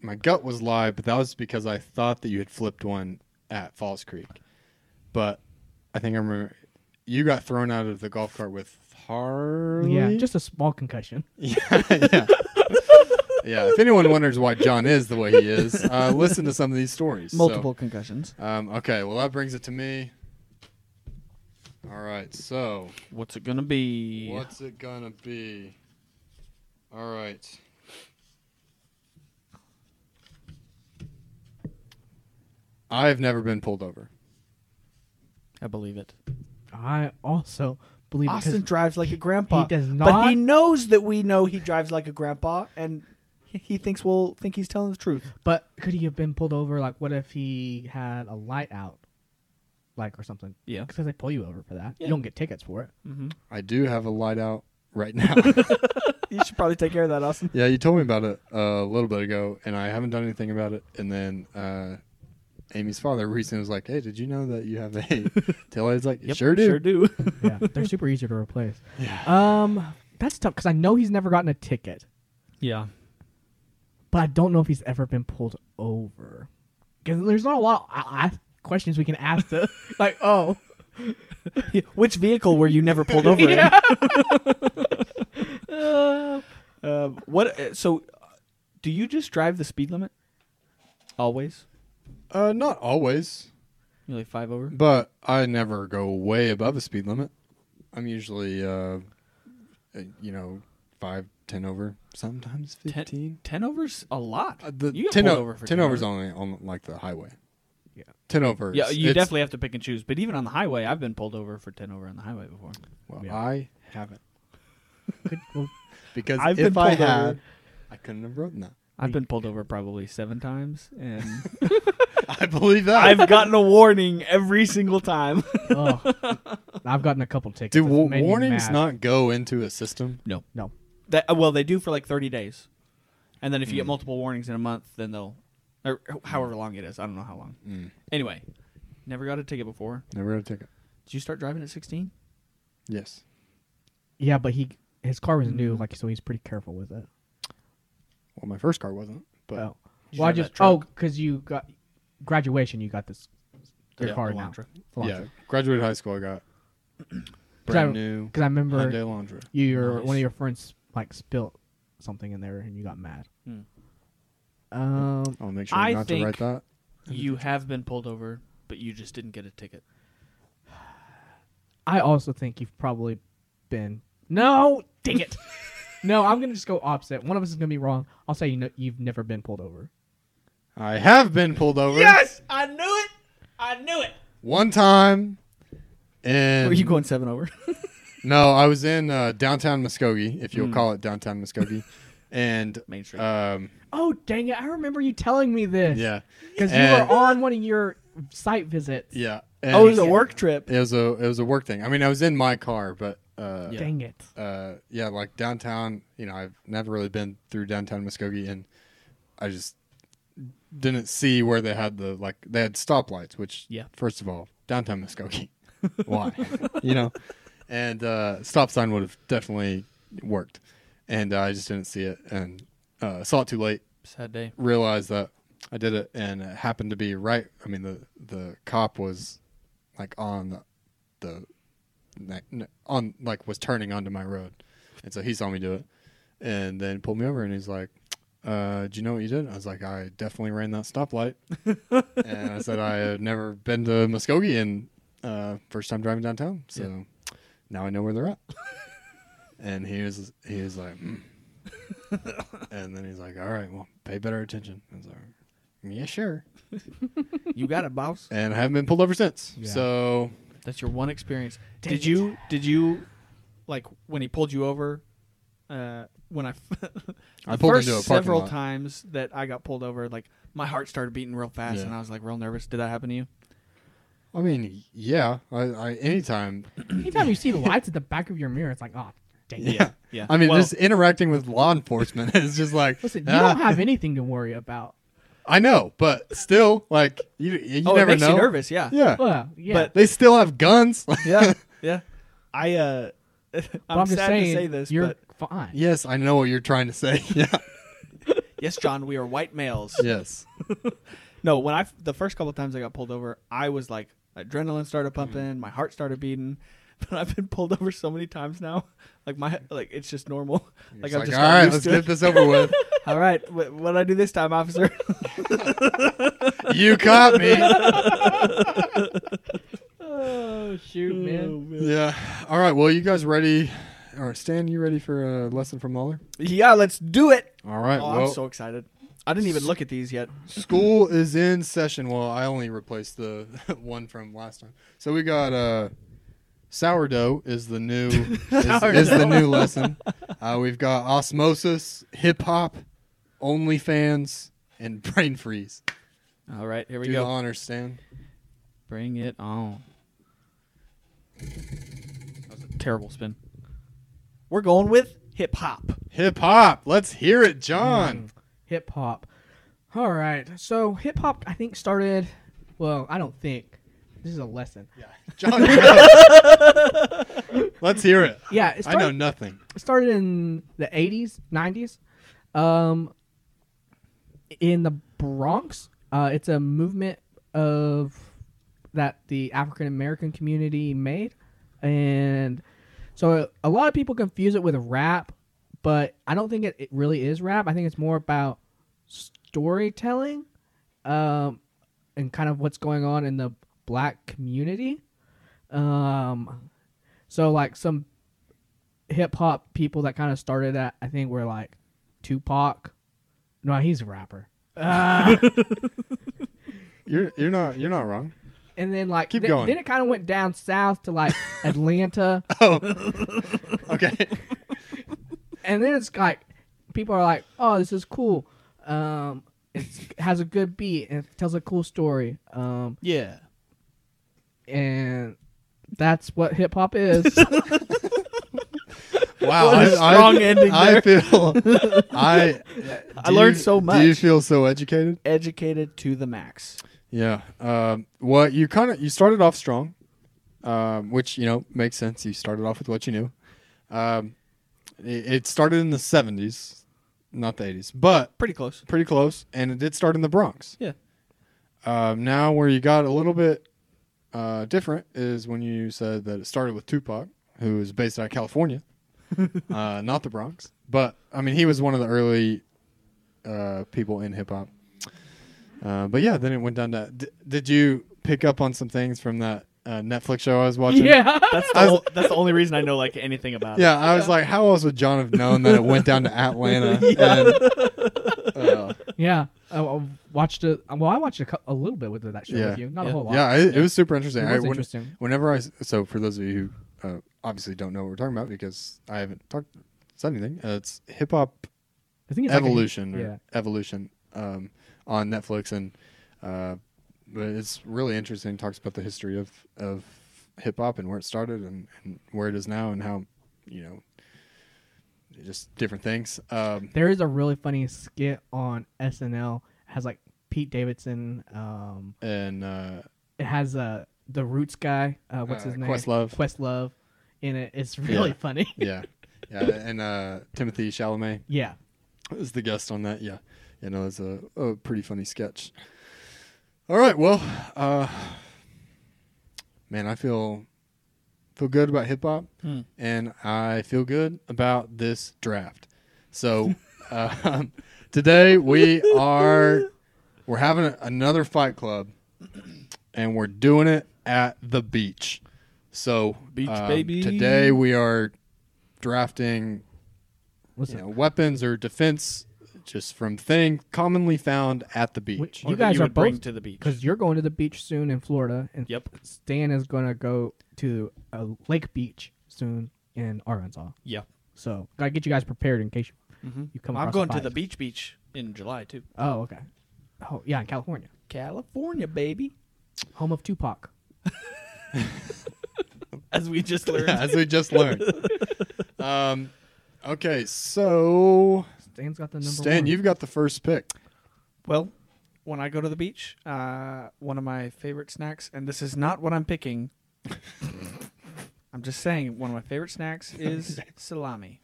[SPEAKER 1] my gut was lie, but that was because I thought that you had flipped one at Falls Creek. But I think I remember you got thrown out of the golf cart with Harley.
[SPEAKER 3] Yeah, just a small concussion.
[SPEAKER 1] yeah, yeah. Yeah, If anyone wonders why John is the way he is, uh, listen to some of these stories. So,
[SPEAKER 2] Multiple concussions.
[SPEAKER 1] um, okay. Well, that brings it to me. All right. So.
[SPEAKER 2] What's it gonna be?
[SPEAKER 1] What's it gonna be? All right. I've never been pulled over.
[SPEAKER 2] I believe it.
[SPEAKER 3] I also believe it 'cause
[SPEAKER 2] Austin drives like a grandpa.
[SPEAKER 3] he does
[SPEAKER 2] But he
[SPEAKER 3] not-
[SPEAKER 2] knows that we know he drives like a grandpa, and he thinks we'll think he's telling the truth.
[SPEAKER 3] But could he have been pulled over? Like, what if he had a light out, like or something?
[SPEAKER 2] Yeah.
[SPEAKER 3] Because they pull you over for that.
[SPEAKER 2] Yeah.
[SPEAKER 3] You don't get tickets for it.
[SPEAKER 2] Mm-hmm.
[SPEAKER 1] I do have a light out right (laughs) now.
[SPEAKER 2] You should probably take care of that, Austin.
[SPEAKER 1] yeah, you told me about it uh, a little bit ago, and I haven't done anything about it. And then uh, Amy's father recently was like, "Hey, did you know that you (laughs) have a tail?" I was like,
[SPEAKER 2] Yep,
[SPEAKER 1] "Sure do."
[SPEAKER 2] Sure do.
[SPEAKER 3] Yeah, (laughs) they're super easy to replace.
[SPEAKER 1] Yeah.
[SPEAKER 3] Um, that's tough because I know he's never gotten a ticket,
[SPEAKER 2] yeah.
[SPEAKER 3] but I don't know if he's ever been pulled over. Because there's not a lot of I, I, questions we can ask
[SPEAKER 1] (laughs)
[SPEAKER 3] to like, oh,
[SPEAKER 2] (laughs) Which vehicle were you never pulled over in? (laughs)
[SPEAKER 3] uh,
[SPEAKER 2] Uh, what? uh, So, uh, do you just drive the speed limit? Always.
[SPEAKER 1] Uh, not always,
[SPEAKER 2] You like five over?
[SPEAKER 1] but I never go way above the speed limit. I'm usually, uh, uh, you know, five, ten over, sometimes
[SPEAKER 2] Ten-
[SPEAKER 1] fifteen.
[SPEAKER 2] Ten overs a lot.
[SPEAKER 1] Uh, the
[SPEAKER 2] you get
[SPEAKER 1] 10,
[SPEAKER 2] pulled
[SPEAKER 1] o-
[SPEAKER 2] over for
[SPEAKER 1] 10
[SPEAKER 2] ten
[SPEAKER 1] over's only on like the highway.
[SPEAKER 3] Yeah.
[SPEAKER 1] 10 over.
[SPEAKER 2] Yeah,
[SPEAKER 1] is-
[SPEAKER 2] you
[SPEAKER 1] it's-
[SPEAKER 2] definitely have to pick and choose. But even on the highway, I've been pulled over for ten over on the highway before.
[SPEAKER 1] Well,
[SPEAKER 3] Yeah.
[SPEAKER 1] I haven't. (laughs)
[SPEAKER 3] could- well,
[SPEAKER 1] Because
[SPEAKER 2] I've
[SPEAKER 1] if
[SPEAKER 2] been
[SPEAKER 1] I
[SPEAKER 2] pulled over.
[SPEAKER 1] had, I couldn't have written that. (laughs)
[SPEAKER 2] I've been pulled over probably seven times, and
[SPEAKER 1] I believe that.
[SPEAKER 2] I've gotten a warning every single time.
[SPEAKER 1] (laughs)
[SPEAKER 3] oh, I've gotten a couple tickets.
[SPEAKER 1] Do
[SPEAKER 3] It's
[SPEAKER 1] wa-
[SPEAKER 3] made me
[SPEAKER 1] warnings
[SPEAKER 3] mad.
[SPEAKER 1] not go into a system?
[SPEAKER 3] No,
[SPEAKER 2] That uh, well, they do for like thirty days, and then if
[SPEAKER 1] Mm.
[SPEAKER 2] you get multiple warnings in a month, then they'll, or however long it is, I don't know how long.
[SPEAKER 1] Mm.
[SPEAKER 2] Anyway, never got a ticket before.
[SPEAKER 1] Never had a ticket.
[SPEAKER 2] Did you start driving at sixteen?
[SPEAKER 1] Yes.
[SPEAKER 3] yeah, but he his car was
[SPEAKER 1] Mm.
[SPEAKER 3] new, like so he's pretty careful with it.
[SPEAKER 1] Well, my first car wasn't, but
[SPEAKER 3] oh,
[SPEAKER 2] Did you
[SPEAKER 3] well, I
[SPEAKER 2] drive
[SPEAKER 3] just
[SPEAKER 2] that
[SPEAKER 3] oh,
[SPEAKER 2] truck?
[SPEAKER 3] because you got graduation, you got this your
[SPEAKER 2] Yeah,
[SPEAKER 3] car
[SPEAKER 2] the
[SPEAKER 3] now.
[SPEAKER 2] Elantra.
[SPEAKER 1] yeah, graduated high school. I got
[SPEAKER 2] (clears throat)
[SPEAKER 3] I-
[SPEAKER 1] brand new
[SPEAKER 3] Because I remember
[SPEAKER 1] Hyundai Elantra.
[SPEAKER 3] you your
[SPEAKER 2] Nice.
[SPEAKER 3] one of your friends like spilt something in there and you got mad.
[SPEAKER 2] Hmm.
[SPEAKER 3] Um,
[SPEAKER 1] I'll make sure
[SPEAKER 2] I
[SPEAKER 1] not to
[SPEAKER 2] think-
[SPEAKER 1] write that.
[SPEAKER 2] You have been pulled over, but you just didn't get a ticket.
[SPEAKER 3] I also think you've probably been no,
[SPEAKER 2] (laughs)
[SPEAKER 3] dang it. no, I'm gonna just go opposite. One of us is gonna be wrong. I'll say you know you've never been pulled over.
[SPEAKER 1] I have been pulled over.
[SPEAKER 2] I knew it. I knew it.
[SPEAKER 1] One time. And
[SPEAKER 2] Were you going seven over?
[SPEAKER 1] No, I was in uh, downtown Muskogee, if you'll
[SPEAKER 2] Mm.
[SPEAKER 1] call it downtown Muskogee,
[SPEAKER 2] (laughs)
[SPEAKER 1] and
[SPEAKER 2] Main Street.
[SPEAKER 1] um,
[SPEAKER 3] Oh dang it! I remember you telling me this.
[SPEAKER 1] yeah,
[SPEAKER 3] because you
[SPEAKER 1] And-
[SPEAKER 3] were on one of your site visits.
[SPEAKER 1] yeah.
[SPEAKER 2] (laughs) oh, it was a
[SPEAKER 1] And
[SPEAKER 2] work trip.
[SPEAKER 1] It was a it was a work thing. I mean, I was in my car, but uh,
[SPEAKER 2] Yeah.
[SPEAKER 3] Dang it!
[SPEAKER 1] uh, yeah, like downtown. You know, I've never really been through downtown Muskogee, and I just didn't see where they had the like they had stoplights. Which,
[SPEAKER 2] Yeah.
[SPEAKER 1] first of all, downtown Muskogee, why? you know, and uh, stop sign would have definitely worked, and uh, I just didn't see it, and uh, saw it too late.
[SPEAKER 2] Sad day.
[SPEAKER 1] realized that I did it, and it happened to be right. I mean, the the cop was like on the, the ne- ne- on like was turning onto my road, and so he saw me do it, and then pulled me over, and he's like, uh, "Do you know what you did?" I was like, "I definitely ran that stoplight," and I said, "I had never been to Muskogee, and uh, first time driving downtown, so now I know where they're at." and he was he was like. "Mm." And then he's like, "All right, well, pay better attention." I was like, "Yeah, sure."
[SPEAKER 2] You got it, boss.
[SPEAKER 1] And I haven't been pulled over since.
[SPEAKER 3] Yeah.
[SPEAKER 1] So
[SPEAKER 2] That's your one experience.
[SPEAKER 3] Dang
[SPEAKER 2] did
[SPEAKER 3] it.
[SPEAKER 2] you? Did you? Like when he pulled you over? Uh, when I, (laughs) the
[SPEAKER 1] I pulled
[SPEAKER 2] first
[SPEAKER 1] into a parking
[SPEAKER 2] several
[SPEAKER 1] lot.
[SPEAKER 2] times that I got pulled over, like my heart started beating real fast,
[SPEAKER 1] Yeah.
[SPEAKER 2] and I was like real nervous. Did that happen to you?
[SPEAKER 1] I mean, yeah, I, I anytime.
[SPEAKER 3] Anytime you see the lights at the back of your mirror, it's like, oh, dang
[SPEAKER 1] (laughs)
[SPEAKER 3] it.
[SPEAKER 1] Yeah,
[SPEAKER 2] yeah.
[SPEAKER 1] I mean,
[SPEAKER 2] Well-
[SPEAKER 1] just interacting with law enforcement is just like.
[SPEAKER 3] Listen, you
[SPEAKER 1] ah,
[SPEAKER 3] don't have anything to worry about.
[SPEAKER 1] I know, but still, like you, you
[SPEAKER 2] oh,
[SPEAKER 1] never
[SPEAKER 2] it makes
[SPEAKER 1] know.
[SPEAKER 2] you nervous. Yeah.
[SPEAKER 1] Yeah,
[SPEAKER 3] Well, yeah.
[SPEAKER 2] But
[SPEAKER 1] they still have guns. (laughs)
[SPEAKER 2] Yeah. (laughs) yeah. I uh (laughs) I'm,
[SPEAKER 3] But I'm
[SPEAKER 2] sad
[SPEAKER 3] just saying,
[SPEAKER 2] to say this,
[SPEAKER 3] you're
[SPEAKER 2] but
[SPEAKER 3] fine.
[SPEAKER 1] yes, I know what you're trying to say. (laughs) Yeah.
[SPEAKER 2] yes, John, we are white (laughs) males.
[SPEAKER 1] Yes.
[SPEAKER 2] No, when I the first couple times I got pulled over, I was like adrenaline started
[SPEAKER 1] Mm-hmm.
[SPEAKER 2] pumping, my heart started beating. (laughs) But I've been pulled over so many times now, (laughs) like my like it's just normal. (laughs) Like
[SPEAKER 1] It's
[SPEAKER 2] I'm
[SPEAKER 1] like,
[SPEAKER 2] just
[SPEAKER 1] all right,
[SPEAKER 2] used
[SPEAKER 1] let's
[SPEAKER 2] to
[SPEAKER 1] get
[SPEAKER 2] it.
[SPEAKER 1] this over
[SPEAKER 2] (laughs)
[SPEAKER 1] with.
[SPEAKER 2] All right, wh- what did I do this time, officer? (laughs)
[SPEAKER 1] you caught me.
[SPEAKER 3] Oh, shoot,
[SPEAKER 2] Oh,
[SPEAKER 3] man.
[SPEAKER 2] man.
[SPEAKER 1] Yeah. All right. Well, you guys ready? Or Stan, you ready for a lesson from Lawler?
[SPEAKER 2] yeah, let's do it.
[SPEAKER 1] All right.
[SPEAKER 2] Oh,
[SPEAKER 1] well,
[SPEAKER 2] I'm so excited. I didn't even look at these yet.
[SPEAKER 1] school is in session. Well, I only replaced the (laughs) one from last time. So we got uh, sourdough is the
[SPEAKER 2] (laughs)
[SPEAKER 1] new is, is the new lesson. Uh, we've got osmosis, hip hop, OnlyFans, and (laughs) Brain Freeze.
[SPEAKER 2] All right, here we
[SPEAKER 1] Do the
[SPEAKER 2] go.
[SPEAKER 1] honors, Stan.
[SPEAKER 2] Bring it on. That was a terrible spin. We're going with hip hop.
[SPEAKER 1] Hip hop. Let's hear it, John.
[SPEAKER 3] Hip hop. All right. So hip hop, I think started. Well, I don't think. This is a lesson.
[SPEAKER 2] Mm. (laughs)
[SPEAKER 1] John. go. Let's hear it.
[SPEAKER 3] Yeah, it
[SPEAKER 1] I know
[SPEAKER 3] started,
[SPEAKER 1] nothing.
[SPEAKER 3] it started in the 80s, 90s. Um, in the Bronx, uh, it's a movement of that the African American community made, and so a lot of people confuse it with rap, but I don't think it, it really is rap. I think it's more about storytelling, um, and kind of what's going on in the black community. Um, so like some hip hop people that kind of started that, I think were like Tupac. No, he's a rapper. Ah.
[SPEAKER 1] You're you're not you're not wrong.
[SPEAKER 3] and then like
[SPEAKER 1] Keep
[SPEAKER 3] th-
[SPEAKER 1] going.
[SPEAKER 3] then it kind of went down south
[SPEAKER 1] (laughs)
[SPEAKER 3] to like Atlanta,
[SPEAKER 1] Oh. (laughs) okay.
[SPEAKER 3] and then it's like people are like, "Oh, this is cool. Um, it has a good beat and it tells a cool story." Um,
[SPEAKER 2] Yeah.
[SPEAKER 3] and that's what hip
[SPEAKER 2] (laughs)
[SPEAKER 3] hop is.
[SPEAKER 1] Wow.
[SPEAKER 2] What a strong
[SPEAKER 1] I,
[SPEAKER 2] ending
[SPEAKER 1] I
[SPEAKER 2] there.
[SPEAKER 1] feel
[SPEAKER 2] (laughs)
[SPEAKER 1] I
[SPEAKER 2] I
[SPEAKER 1] do
[SPEAKER 2] learned
[SPEAKER 1] you-
[SPEAKER 2] so much.
[SPEAKER 1] Do you feel so educated?
[SPEAKER 2] Educated to the max.
[SPEAKER 1] Yeah. Um, well, you kind of you started off strong, um, which you know makes sense. You started off with what you knew. Um, it, it started in the seventies, not the eighties, but
[SPEAKER 2] Pretty close.
[SPEAKER 1] pretty close, and it did start in the Bronx.
[SPEAKER 2] Yeah.
[SPEAKER 1] Um, now, where you got a little bit uh, different is when you said that it started with Tupac, who is based out of California, uh, not the Bronx. But I mean, he was one of the early uh, people in hip hop. Uh, but yeah, then it went down to. D- did you pick up on some things from that uh, Netflix show I was watching?
[SPEAKER 3] yeah,
[SPEAKER 2] That's the,
[SPEAKER 1] I was-
[SPEAKER 2] o- that's the only reason I know like anything about it.
[SPEAKER 1] Yeah, I was like, how else would John have known that it went down to Atlanta? And, uh,
[SPEAKER 3] (laughs) yeah. I, I watched it. Well, I watched a, cou- a little bit with that show
[SPEAKER 1] Yeah.
[SPEAKER 3] with you, not
[SPEAKER 2] Yeah.
[SPEAKER 3] a whole lot.
[SPEAKER 1] yeah, it, it was super interesting.
[SPEAKER 3] It
[SPEAKER 1] I-
[SPEAKER 3] was
[SPEAKER 1] when-
[SPEAKER 3] interesting.
[SPEAKER 1] Whenever I s- so for those of you who uh, obviously don't know what we're talking about because I haven't talked said anything, uh, it's hip hop
[SPEAKER 3] I think it's like a-
[SPEAKER 1] evolution or
[SPEAKER 3] yeah.
[SPEAKER 1] evolution um, on Netflix, and uh, but it's really interesting. It talks about the history of of hip hop and where it started and, and where it is now and how you know just different things. Um,
[SPEAKER 3] There is a really funny skit on SNL. It has like Pete Davidson. Um,
[SPEAKER 1] and uh,
[SPEAKER 3] it has uh, the Roots guy. Uh, what's
[SPEAKER 1] Uh,
[SPEAKER 3] his name?
[SPEAKER 1] Questlove.
[SPEAKER 3] Questlove. In it, it's really
[SPEAKER 1] Yeah.
[SPEAKER 3] funny. (laughs)
[SPEAKER 1] yeah, yeah, and uh, Timothy Chalamet.
[SPEAKER 3] yeah,
[SPEAKER 1] is the guest on that. Yeah, you know, it's a, a pretty funny sketch. All right, well, uh, man, I feel feel good about hip hop,
[SPEAKER 2] Hmm.
[SPEAKER 1] and I feel good about this draft. So (laughs) um, today we are we're having a, another fight club, and we're doing it at the beach. So
[SPEAKER 2] Beach,
[SPEAKER 1] um,
[SPEAKER 2] baby.
[SPEAKER 1] Today we are drafting you
[SPEAKER 3] listen,
[SPEAKER 1] know, weapons or defense just from thing commonly found at the beach.
[SPEAKER 3] You
[SPEAKER 2] Or that
[SPEAKER 3] guys are
[SPEAKER 2] would bring
[SPEAKER 3] both-
[SPEAKER 2] to the beach.
[SPEAKER 3] because you're going to the beach soon in Florida, and
[SPEAKER 2] Yep.
[SPEAKER 3] Stan is going to go to a lake beach soon in Arkansas.
[SPEAKER 2] Yeah.
[SPEAKER 3] So gotta get you guys prepared in case you,
[SPEAKER 2] Mhm.
[SPEAKER 3] you come.
[SPEAKER 2] I'm
[SPEAKER 3] across
[SPEAKER 2] going
[SPEAKER 3] a
[SPEAKER 2] to
[SPEAKER 3] fight.
[SPEAKER 2] the beach beach in July too.
[SPEAKER 3] Oh, okay. Oh, yeah, in California,
[SPEAKER 2] California, baby.
[SPEAKER 3] home of Tupac.
[SPEAKER 2] As we (laughs) just
[SPEAKER 1] (laughs)
[SPEAKER 2] learned.
[SPEAKER 1] Yeah, as we just
[SPEAKER 3] (laughs)
[SPEAKER 1] learned. um, okay, so
[SPEAKER 3] Stan's got the number
[SPEAKER 1] Stan,
[SPEAKER 3] one.
[SPEAKER 1] you've got the first pick.
[SPEAKER 2] Well, when I go to the beach, uh, one of my favorite snacks, and this is not what I'm picking. I'm just saying, one of my favorite snacks is salami.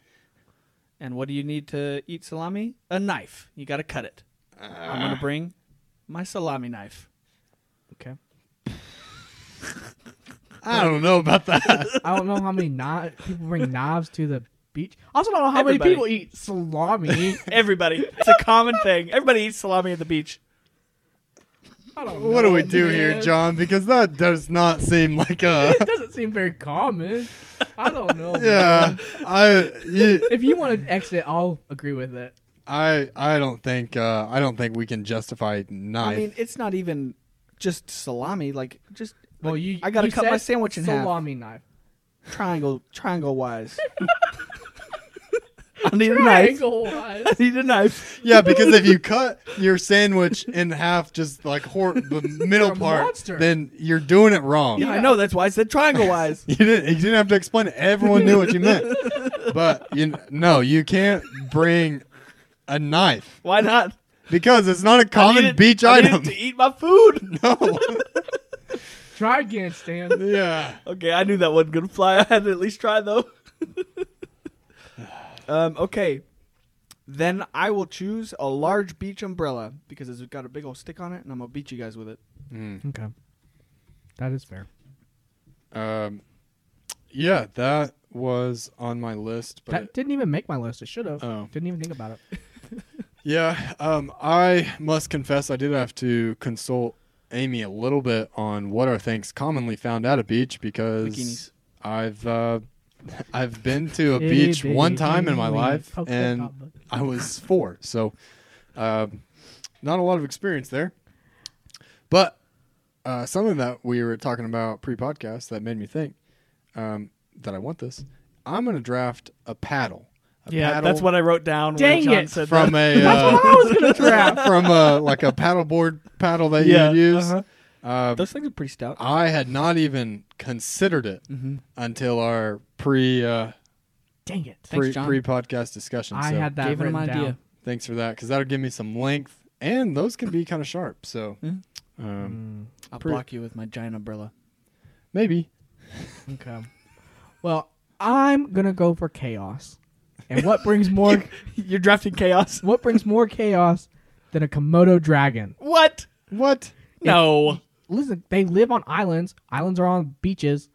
[SPEAKER 2] And what do you need to eat salami? A knife. You got to cut it. I'm going to bring my salami knife.
[SPEAKER 3] okay.
[SPEAKER 1] I don't know about that.
[SPEAKER 3] I don't know how many (laughs) knives people bring knives to the beach. I also don't know how
[SPEAKER 2] Everybody.
[SPEAKER 3] many (laughs) people eat salami.
[SPEAKER 2] Everybody. It's a common thing. Everybody eats salami at the beach.
[SPEAKER 3] I don't
[SPEAKER 1] (laughs) what do
[SPEAKER 3] know,
[SPEAKER 1] we do here,
[SPEAKER 3] man.
[SPEAKER 1] John? Because that does not seem like
[SPEAKER 3] (laughs)
[SPEAKER 1] a.
[SPEAKER 3] It doesn't seem very common. I don't know.
[SPEAKER 1] Yeah, I you,
[SPEAKER 3] If you want to exit, I'll agree with it.
[SPEAKER 1] I I don't think uh, I don't think we can justify knife.
[SPEAKER 2] I mean, it's not even just salami. Like, just.
[SPEAKER 3] Well,
[SPEAKER 2] like,
[SPEAKER 3] you.
[SPEAKER 2] I gotta
[SPEAKER 3] you
[SPEAKER 2] cut my
[SPEAKER 3] said
[SPEAKER 2] sandwich in half.
[SPEAKER 3] salami knife.
[SPEAKER 2] Triangle, triangle wise. (laughs) I need a knife.
[SPEAKER 3] Triangle wise.
[SPEAKER 2] I need a knife.
[SPEAKER 1] Yeah, because if you cut your sandwich in half, just like
[SPEAKER 2] (laughs)
[SPEAKER 1] hor- the middle
[SPEAKER 3] You're a
[SPEAKER 1] part,
[SPEAKER 3] monster.
[SPEAKER 1] then you're doing it wrong.
[SPEAKER 2] Yeah, I know. That's why I said triangle wise.
[SPEAKER 1] You didn't. You didn't have to explain it. Everyone knew what you
[SPEAKER 2] (laughs)
[SPEAKER 1] meant. But you kn- no, you can't bring a knife
[SPEAKER 2] why not?
[SPEAKER 1] because it's not a
[SPEAKER 2] I
[SPEAKER 1] common
[SPEAKER 2] need it-
[SPEAKER 1] beach
[SPEAKER 2] I need it
[SPEAKER 1] item. (laughs)
[SPEAKER 2] to eat my food.
[SPEAKER 1] No.
[SPEAKER 2] (laughs)
[SPEAKER 3] Try again,
[SPEAKER 1] (laughs)
[SPEAKER 3] Stan.
[SPEAKER 1] yeah.
[SPEAKER 2] Okay, I knew that wasn't gonna fly. I had to at least try though. (laughs) um, okay, then I will choose a large beach umbrella because it's got a big old stick on it, and I'm gonna beat you guys with it.
[SPEAKER 3] Okay. That is fair.
[SPEAKER 1] Um. Yeah, that was on my list, but
[SPEAKER 3] that didn't even make my list. It should have.
[SPEAKER 1] Oh.
[SPEAKER 3] Didn't even think about it.
[SPEAKER 1] Yeah, um, I must confess I did have to consult Amy a little bit on what are things commonly found at a beach because
[SPEAKER 2] Bikinis.
[SPEAKER 1] I've uh, (laughs) I've been to a beach one time in my life
[SPEAKER 3] Okay,
[SPEAKER 1] and
[SPEAKER 3] Pablo.
[SPEAKER 1] I was four, so um, not a lot of experience there. But uh, something that we were talking about pre-podcast that made me think um, that I want this. I'm going to draft a paddle. A paddle
[SPEAKER 2] that's what I wrote down.
[SPEAKER 3] Dang
[SPEAKER 2] when John
[SPEAKER 3] it.
[SPEAKER 1] (laughs)
[SPEAKER 2] Said
[SPEAKER 1] from
[SPEAKER 2] that.
[SPEAKER 1] a
[SPEAKER 3] That's what I was gonna
[SPEAKER 1] uh, (laughs)
[SPEAKER 3] draft.
[SPEAKER 1] from a like a paddleboard paddle that
[SPEAKER 2] Yeah,
[SPEAKER 1] you use.
[SPEAKER 2] uh-huh.
[SPEAKER 1] Uh,
[SPEAKER 2] Those things are pretty stout.
[SPEAKER 1] I had not even considered it
[SPEAKER 2] Mm-hmm.
[SPEAKER 1] until our pre uh,
[SPEAKER 3] Dang it.
[SPEAKER 2] Thanks,
[SPEAKER 1] pre
[SPEAKER 2] John.
[SPEAKER 1] pre podcast discussion.
[SPEAKER 3] I
[SPEAKER 1] so
[SPEAKER 3] had that
[SPEAKER 2] Gave him an
[SPEAKER 3] written
[SPEAKER 2] idea.
[SPEAKER 3] down.
[SPEAKER 1] thanks for that because that'll give me some length and those can be kind of sharp. So
[SPEAKER 2] Mhm.
[SPEAKER 1] um,
[SPEAKER 2] I'll
[SPEAKER 1] Pre-
[SPEAKER 2] block you with my giant umbrella.
[SPEAKER 1] maybe
[SPEAKER 3] Okay. Well, I'm gonna go for chaos. And what
[SPEAKER 1] (laughs)
[SPEAKER 3] brings more
[SPEAKER 2] (laughs) You're drafting chaos.
[SPEAKER 3] what brings more chaos than a Komodo dragon?
[SPEAKER 2] What?
[SPEAKER 1] what
[SPEAKER 2] No.
[SPEAKER 3] Listen, they live on islands. Islands are on beaches.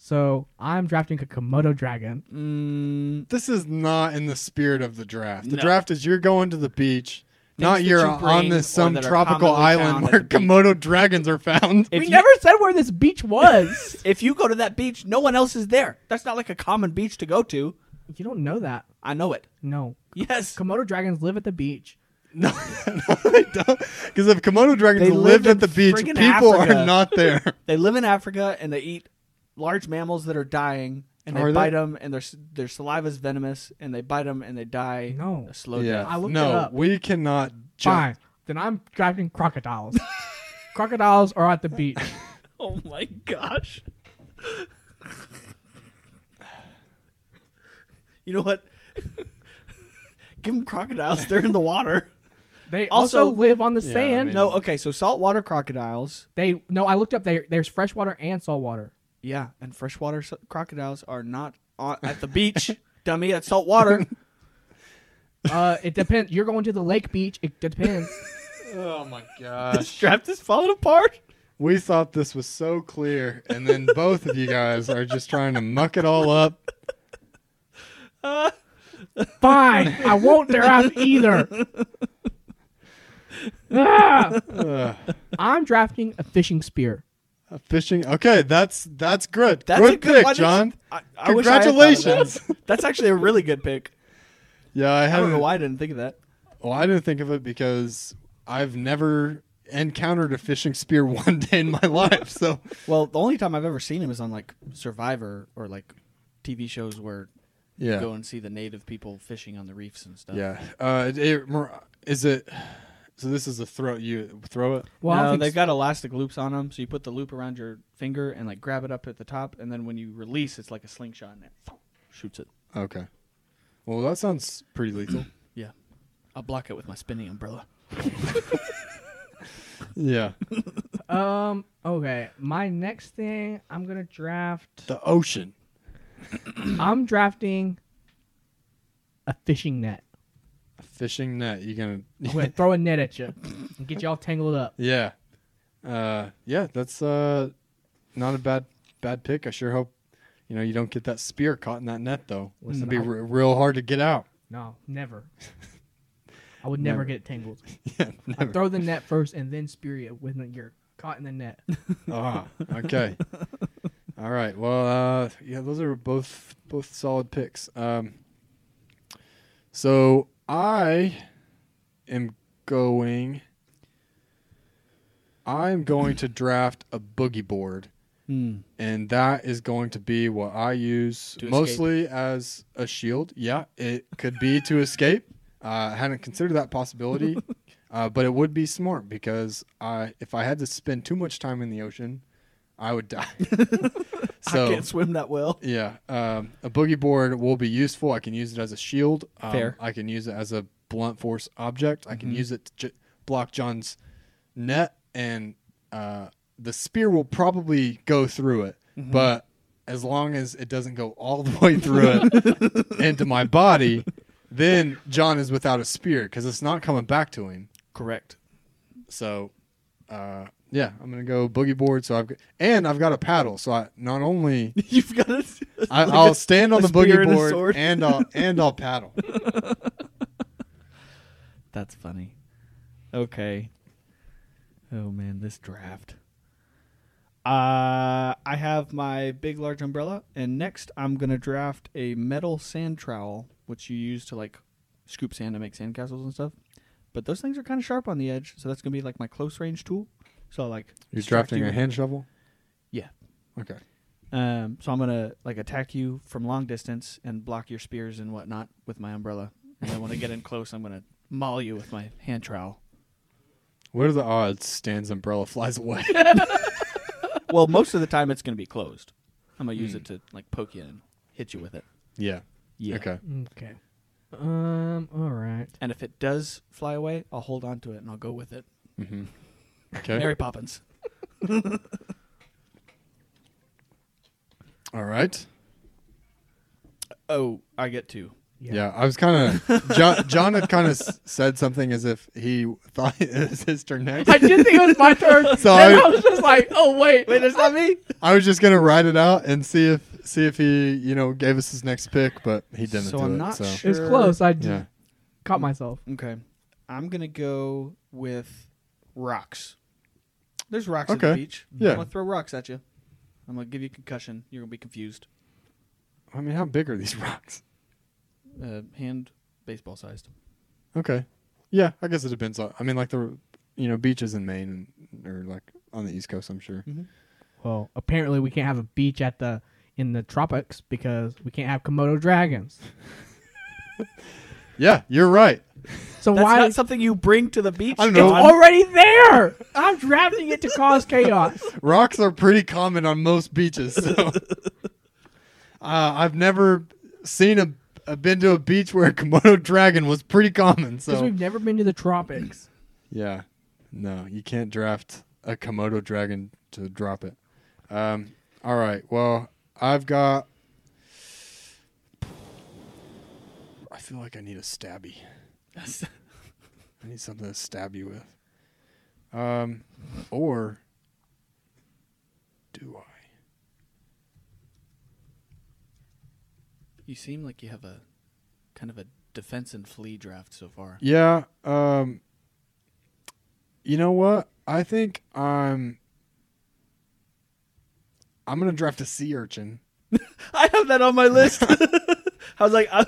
[SPEAKER 3] So I'm drafting a Komodo dragon.
[SPEAKER 2] Mm,
[SPEAKER 1] this is not in the spirit of the draft. The
[SPEAKER 2] No.
[SPEAKER 1] draft is you're going to the beach. Not
[SPEAKER 2] that
[SPEAKER 1] you're
[SPEAKER 2] you
[SPEAKER 1] on
[SPEAKER 2] bring
[SPEAKER 1] this
[SPEAKER 2] or
[SPEAKER 1] some
[SPEAKER 2] that are
[SPEAKER 1] tropical
[SPEAKER 2] commonly
[SPEAKER 1] island
[SPEAKER 2] found at
[SPEAKER 1] where
[SPEAKER 2] the beach.
[SPEAKER 1] Komodo dragons are found.
[SPEAKER 2] if
[SPEAKER 3] we
[SPEAKER 2] you-
[SPEAKER 3] never said where this beach was.
[SPEAKER 2] (laughs) If you go to that beach, no one else is there. That's not like a common beach to go to.
[SPEAKER 3] you don't know that.
[SPEAKER 2] I know it.
[SPEAKER 3] No.
[SPEAKER 2] Yes.
[SPEAKER 3] Komodo dragons live at the beach.
[SPEAKER 1] (laughs) No, no, they don't. Because if Komodo dragons
[SPEAKER 2] They
[SPEAKER 1] lived
[SPEAKER 2] live
[SPEAKER 1] at
[SPEAKER 2] in
[SPEAKER 1] the beach,
[SPEAKER 2] friggin'
[SPEAKER 1] people
[SPEAKER 2] Africa.
[SPEAKER 1] are not
[SPEAKER 2] (laughs)
[SPEAKER 1] there.
[SPEAKER 2] They live in Africa and they eat large mammals that are dying, and they
[SPEAKER 1] Are they?
[SPEAKER 2] bite them, and their s- their saliva is venomous, and they bite them and they die.
[SPEAKER 3] No.
[SPEAKER 2] a slow
[SPEAKER 3] I
[SPEAKER 2] death.
[SPEAKER 3] looked
[SPEAKER 1] no,
[SPEAKER 3] it up.
[SPEAKER 1] we cannot.
[SPEAKER 3] Fine.
[SPEAKER 1] Jump.
[SPEAKER 3] Then I'm drafting crocodiles. crocodiles are at the beach.
[SPEAKER 2] Oh my gosh! (laughs) you know what? (laughs) Give them crocodiles. They're in the water.
[SPEAKER 3] They also,
[SPEAKER 2] Also-
[SPEAKER 3] live on the
[SPEAKER 1] Yeah, I
[SPEAKER 3] sand.
[SPEAKER 1] mean-
[SPEAKER 2] No, okay. So saltwater crocodiles.
[SPEAKER 3] They no, I looked up. They, there's freshwater and saltwater.
[SPEAKER 2] Yeah, and freshwater s- crocodiles are not on, at the
[SPEAKER 3] (laughs)
[SPEAKER 2] beach, dummy. At saltwater.
[SPEAKER 3] Uh, it depends. You're going to the lake beach. It depends.
[SPEAKER 1] Oh
[SPEAKER 2] (laughs)
[SPEAKER 1] my
[SPEAKER 2] this
[SPEAKER 1] gosh.
[SPEAKER 2] draft is falling apart.
[SPEAKER 1] we thought this was so clear, and then both of you guys are just trying to muck it all up.
[SPEAKER 3] Fine, I won't draft either. Ah!
[SPEAKER 1] Ugh.
[SPEAKER 3] I'm drafting a fishing spear.
[SPEAKER 1] fishing. Okay, that's that's good.
[SPEAKER 2] That's
[SPEAKER 1] good,
[SPEAKER 2] a good
[SPEAKER 1] pick,
[SPEAKER 2] why didn't you-
[SPEAKER 1] John.
[SPEAKER 2] I- I wish I had thought of
[SPEAKER 1] Congratulations.
[SPEAKER 2] that. (laughs) That's actually a really good pick.
[SPEAKER 1] Yeah, I
[SPEAKER 2] I
[SPEAKER 1] haven't.
[SPEAKER 2] don't know why I didn't think of that.
[SPEAKER 1] Well, I didn't think of it because I've never encountered a fishing spear (laughs) one day in my life. So
[SPEAKER 2] Well, the only time I've ever seen him is on like Survivor or like TV shows where
[SPEAKER 1] yeah,
[SPEAKER 2] you go and see the native people fishing on the reefs and stuff.
[SPEAKER 1] Yeah. Uh, it, it, mer- is it? So this is a throw. You throw it.
[SPEAKER 3] Well, I
[SPEAKER 2] no,
[SPEAKER 3] don't
[SPEAKER 2] they've
[SPEAKER 3] think
[SPEAKER 2] got elastic loops on them, so you put the loop around your finger and like grab it up at the top, and then when you release, it's like a slingshot and it shoots it.
[SPEAKER 1] Okay. Well, that sounds pretty lethal.
[SPEAKER 2] Yeah, I'll block it with my spinning umbrella.
[SPEAKER 1] (clears throat) yeah.
[SPEAKER 3] um. Okay. My next thing, I'm gonna draft.
[SPEAKER 1] The ocean.
[SPEAKER 3] I'm drafting a fishing net.
[SPEAKER 1] A fishing net. You gonna? (laughs)
[SPEAKER 3] I'm gonna throw a net at you and get y'all tangled up.
[SPEAKER 1] yeah. Uh, yeah. That's uh, not a bad bad pick. I sure hope you know you don't get that spear caught in that net though.
[SPEAKER 3] Listen,
[SPEAKER 1] It'd be
[SPEAKER 3] I-
[SPEAKER 1] re- real hard to get out. (laughs)
[SPEAKER 3] No, never. I would never,
[SPEAKER 1] Never.
[SPEAKER 3] get tangled.
[SPEAKER 1] yeah.
[SPEAKER 3] I
[SPEAKER 1] Never.
[SPEAKER 3] throw the net first and then spear you when you're caught in the net.
[SPEAKER 1] (laughs) ah. Okay. All right. Well. Uh, yeah. Those are both both solid picks. Um. So I am going. I'm going to draft a boogie board
[SPEAKER 2] Mm.
[SPEAKER 1] and that is going to be what I use
[SPEAKER 2] To escape.
[SPEAKER 1] mostly as a shield. Yeah, it could be to escape. Uh, I hadn't considered that
[SPEAKER 2] (laughs)
[SPEAKER 1] possibility, uh, but it would be smart because I, if I had to spend too much time in the ocean, I would die.
[SPEAKER 2] (laughs) I
[SPEAKER 1] so
[SPEAKER 2] can't swim that well.
[SPEAKER 1] yeah, um, a boogie board will be useful. I can use it as a shield. Um,
[SPEAKER 2] Fair.
[SPEAKER 1] I can use it as a blunt force object. I can use it to j- block John's net, and uh, the spear will probably go through it. But as long as it doesn't go all the (laughs) way through it into my body, then John is without a spear because it's not coming back to him.
[SPEAKER 2] Correct.
[SPEAKER 1] So, uh, yeah, I'm gonna go boogie board. So I've got, and I've got a paddle. So I not only
[SPEAKER 2] (laughs) You've got to.
[SPEAKER 1] (laughs) I, I'll stand on
[SPEAKER 2] a
[SPEAKER 1] the boogie
[SPEAKER 2] spear and a
[SPEAKER 1] board (laughs)
[SPEAKER 2] sword. (laughs)
[SPEAKER 1] and, I'll and I'll paddle.
[SPEAKER 2] That's funny. Okay. Oh man, this draft. Uh, I have my big large umbrella, and next I'm gonna draft a metal sand trowel, which you use to like scoop sand to make sandcastles and stuff. But those things are kind of sharp on the edge, so that's gonna be like my close range tool. So I'll, like
[SPEAKER 1] You're
[SPEAKER 2] distract
[SPEAKER 1] drafting
[SPEAKER 2] you.
[SPEAKER 1] a hand shovel.
[SPEAKER 2] Yeah.
[SPEAKER 1] Okay.
[SPEAKER 2] Um, so I'm gonna like attack you from long distance and block your spears and whatnot with my umbrella. And then when I get (laughs) in close, I'm gonna maul you with my hand (laughs) trowel.
[SPEAKER 1] What are the odds Stan's umbrella flies (laughs) away?
[SPEAKER 2] Well, most of the time it's gonna be closed. I'm gonna use it to like poke you and hit you with it.
[SPEAKER 1] yeah.
[SPEAKER 2] Hmm. Yeah.
[SPEAKER 1] Okay.
[SPEAKER 3] Okay. Um. All right.
[SPEAKER 2] And if it does fly away, I'll hold on to it and I'll go with it.
[SPEAKER 1] hmm Okay.
[SPEAKER 2] Mary Poppins.
[SPEAKER 1] All right.
[SPEAKER 2] Oh, I get two.
[SPEAKER 1] Yeah. I was
[SPEAKER 2] (laughs)
[SPEAKER 1] kind of John. John had kind of said something as if he thought (laughs) it was his turn next.
[SPEAKER 3] I did think it was
[SPEAKER 1] (laughs)
[SPEAKER 3] my turn.
[SPEAKER 1] So
[SPEAKER 3] and
[SPEAKER 1] I-
[SPEAKER 3] I was just like, oh wait, wait,
[SPEAKER 2] it's not (laughs) me.
[SPEAKER 1] I was just gonna ride it out and see if see if he you know gave us his next pick, but he didn't.
[SPEAKER 2] So
[SPEAKER 1] do
[SPEAKER 2] I'm
[SPEAKER 1] it,
[SPEAKER 2] not
[SPEAKER 1] so.
[SPEAKER 2] sure.
[SPEAKER 3] it was close. I just
[SPEAKER 1] Yeah.
[SPEAKER 3] caught myself.
[SPEAKER 2] Okay. I'm gonna go with rocks. There's rocks at
[SPEAKER 1] Okay.
[SPEAKER 2] the beach.
[SPEAKER 1] Yeah.
[SPEAKER 2] I'm gonna throw rocks at you. I'm gonna give you concussion. You're gonna be confused.
[SPEAKER 1] I mean, how big are these (laughs) rocks?
[SPEAKER 2] uh, hand baseball sized.
[SPEAKER 1] Okay. Yeah, I guess it depends on. I mean, like the you know beaches in Maine and or like on the East Coast, I'm sure.
[SPEAKER 3] Well, apparently we can't have a beach at the in the tropics because we can't have Komodo dragons.
[SPEAKER 1] Yeah, you're right.
[SPEAKER 3] So
[SPEAKER 2] That's
[SPEAKER 3] why?
[SPEAKER 2] not something you bring to the beach.
[SPEAKER 1] I don't
[SPEAKER 3] it's
[SPEAKER 1] know.
[SPEAKER 2] John.
[SPEAKER 3] already there. I'm drafting it to
[SPEAKER 1] (laughs)
[SPEAKER 3] cause chaos.
[SPEAKER 1] Rocks are pretty common on most beaches. So. uh, I've never seen a, a been to a beach where a Komodo dragon was pretty common.
[SPEAKER 3] Because
[SPEAKER 1] So
[SPEAKER 3] we've never been to the tropics.
[SPEAKER 1] yeah, no, you can't draft a Komodo dragon to drop it. Um, all right, well, I've got. I feel like I need a stabby. I need something to stab you with. Um, or do I?
[SPEAKER 2] (laughs) you seem like you have a kind of a defense and flee draft so far.
[SPEAKER 1] Yeah. Um, you know what? I think I'm. I'm gonna draft a sea urchin.
[SPEAKER 2] I have that on my list. (laughs) I was like, (laughs) I,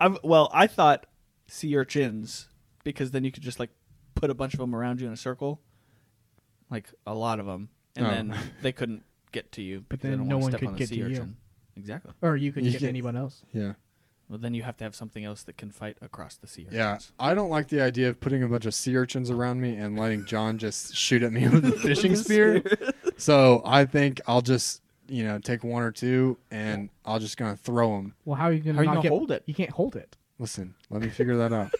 [SPEAKER 2] I'm well. I thought sea urchins because then you could just like put a bunch of them around you in a circle, like a lot of them, and
[SPEAKER 1] Oh.
[SPEAKER 2] then they couldn't get to you.
[SPEAKER 3] (laughs) But
[SPEAKER 2] because they
[SPEAKER 3] then
[SPEAKER 2] don't
[SPEAKER 3] no
[SPEAKER 2] wanna
[SPEAKER 3] one
[SPEAKER 2] step
[SPEAKER 3] could
[SPEAKER 2] on a
[SPEAKER 3] get
[SPEAKER 2] sea
[SPEAKER 3] to you.
[SPEAKER 2] urchin. Exactly.
[SPEAKER 3] Or you could
[SPEAKER 1] You
[SPEAKER 3] get
[SPEAKER 1] can-
[SPEAKER 3] anyone else.
[SPEAKER 1] Yeah.
[SPEAKER 2] Well, then you have to have something else that can fight across the sea. Urchins.
[SPEAKER 1] Yeah. I don't like the idea of putting a bunch of sea urchins around me and letting John just shoot at me (laughs) with a fishing
[SPEAKER 2] (laughs)
[SPEAKER 1] spear. So I think I'll just you know take one or two and I'll just gonna throw them.
[SPEAKER 3] Well, how are you going
[SPEAKER 2] How
[SPEAKER 3] to
[SPEAKER 2] you gonna
[SPEAKER 3] get,
[SPEAKER 2] hold it?
[SPEAKER 3] You can't hold it.
[SPEAKER 1] Listen, let me figure that
[SPEAKER 2] (laughs)
[SPEAKER 1] out.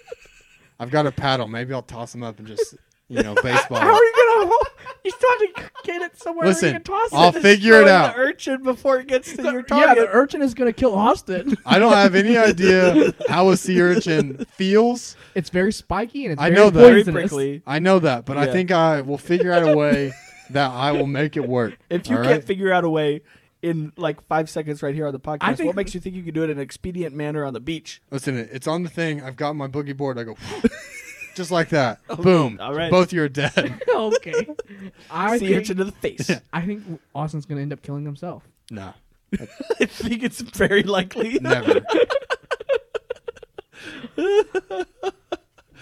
[SPEAKER 1] I've got a paddle. Maybe I'll toss them up and just you
[SPEAKER 2] (laughs)
[SPEAKER 1] know baseball.
[SPEAKER 3] How are you going to hold? (laughs) You still have to get it somewhere where
[SPEAKER 1] Listen,
[SPEAKER 3] you can toss
[SPEAKER 1] I'll
[SPEAKER 3] it.
[SPEAKER 1] figure it out.
[SPEAKER 2] The urchin before it gets to your
[SPEAKER 3] yeah,
[SPEAKER 2] target.
[SPEAKER 3] the urchin is going to kill Austin.
[SPEAKER 1] I don't have any idea how a sea urchin feels.
[SPEAKER 3] It's very spiky and it's
[SPEAKER 1] I
[SPEAKER 3] very
[SPEAKER 1] know that.
[SPEAKER 2] very
[SPEAKER 3] poisonous.
[SPEAKER 2] prickly.
[SPEAKER 1] I know that, but I
[SPEAKER 2] Yeah.
[SPEAKER 1] think I will figure out a way that I will make it work.
[SPEAKER 2] If you
[SPEAKER 1] All
[SPEAKER 2] can't
[SPEAKER 1] right?
[SPEAKER 2] figure out a way in like five seconds right here on the
[SPEAKER 3] I
[SPEAKER 2] podcast,
[SPEAKER 3] think-
[SPEAKER 2] what makes you think you can do it in an expedient manner on the beach?
[SPEAKER 1] listen, it's on the thing. I've got my boogie board.
[SPEAKER 2] (laughs)
[SPEAKER 1] I go just like that. Boom.
[SPEAKER 2] all right.
[SPEAKER 1] Both you are dead.
[SPEAKER 2] (laughs)
[SPEAKER 3] okay. I
[SPEAKER 2] sea
[SPEAKER 3] think,
[SPEAKER 2] urchin to
[SPEAKER 1] (laughs)
[SPEAKER 2] the face.
[SPEAKER 3] I think Austin's going to end up killing himself.
[SPEAKER 1] nah,
[SPEAKER 2] (laughs) I think it's very likely.
[SPEAKER 1] (laughs) never.
[SPEAKER 3] Okay.
[SPEAKER 2] (laughs)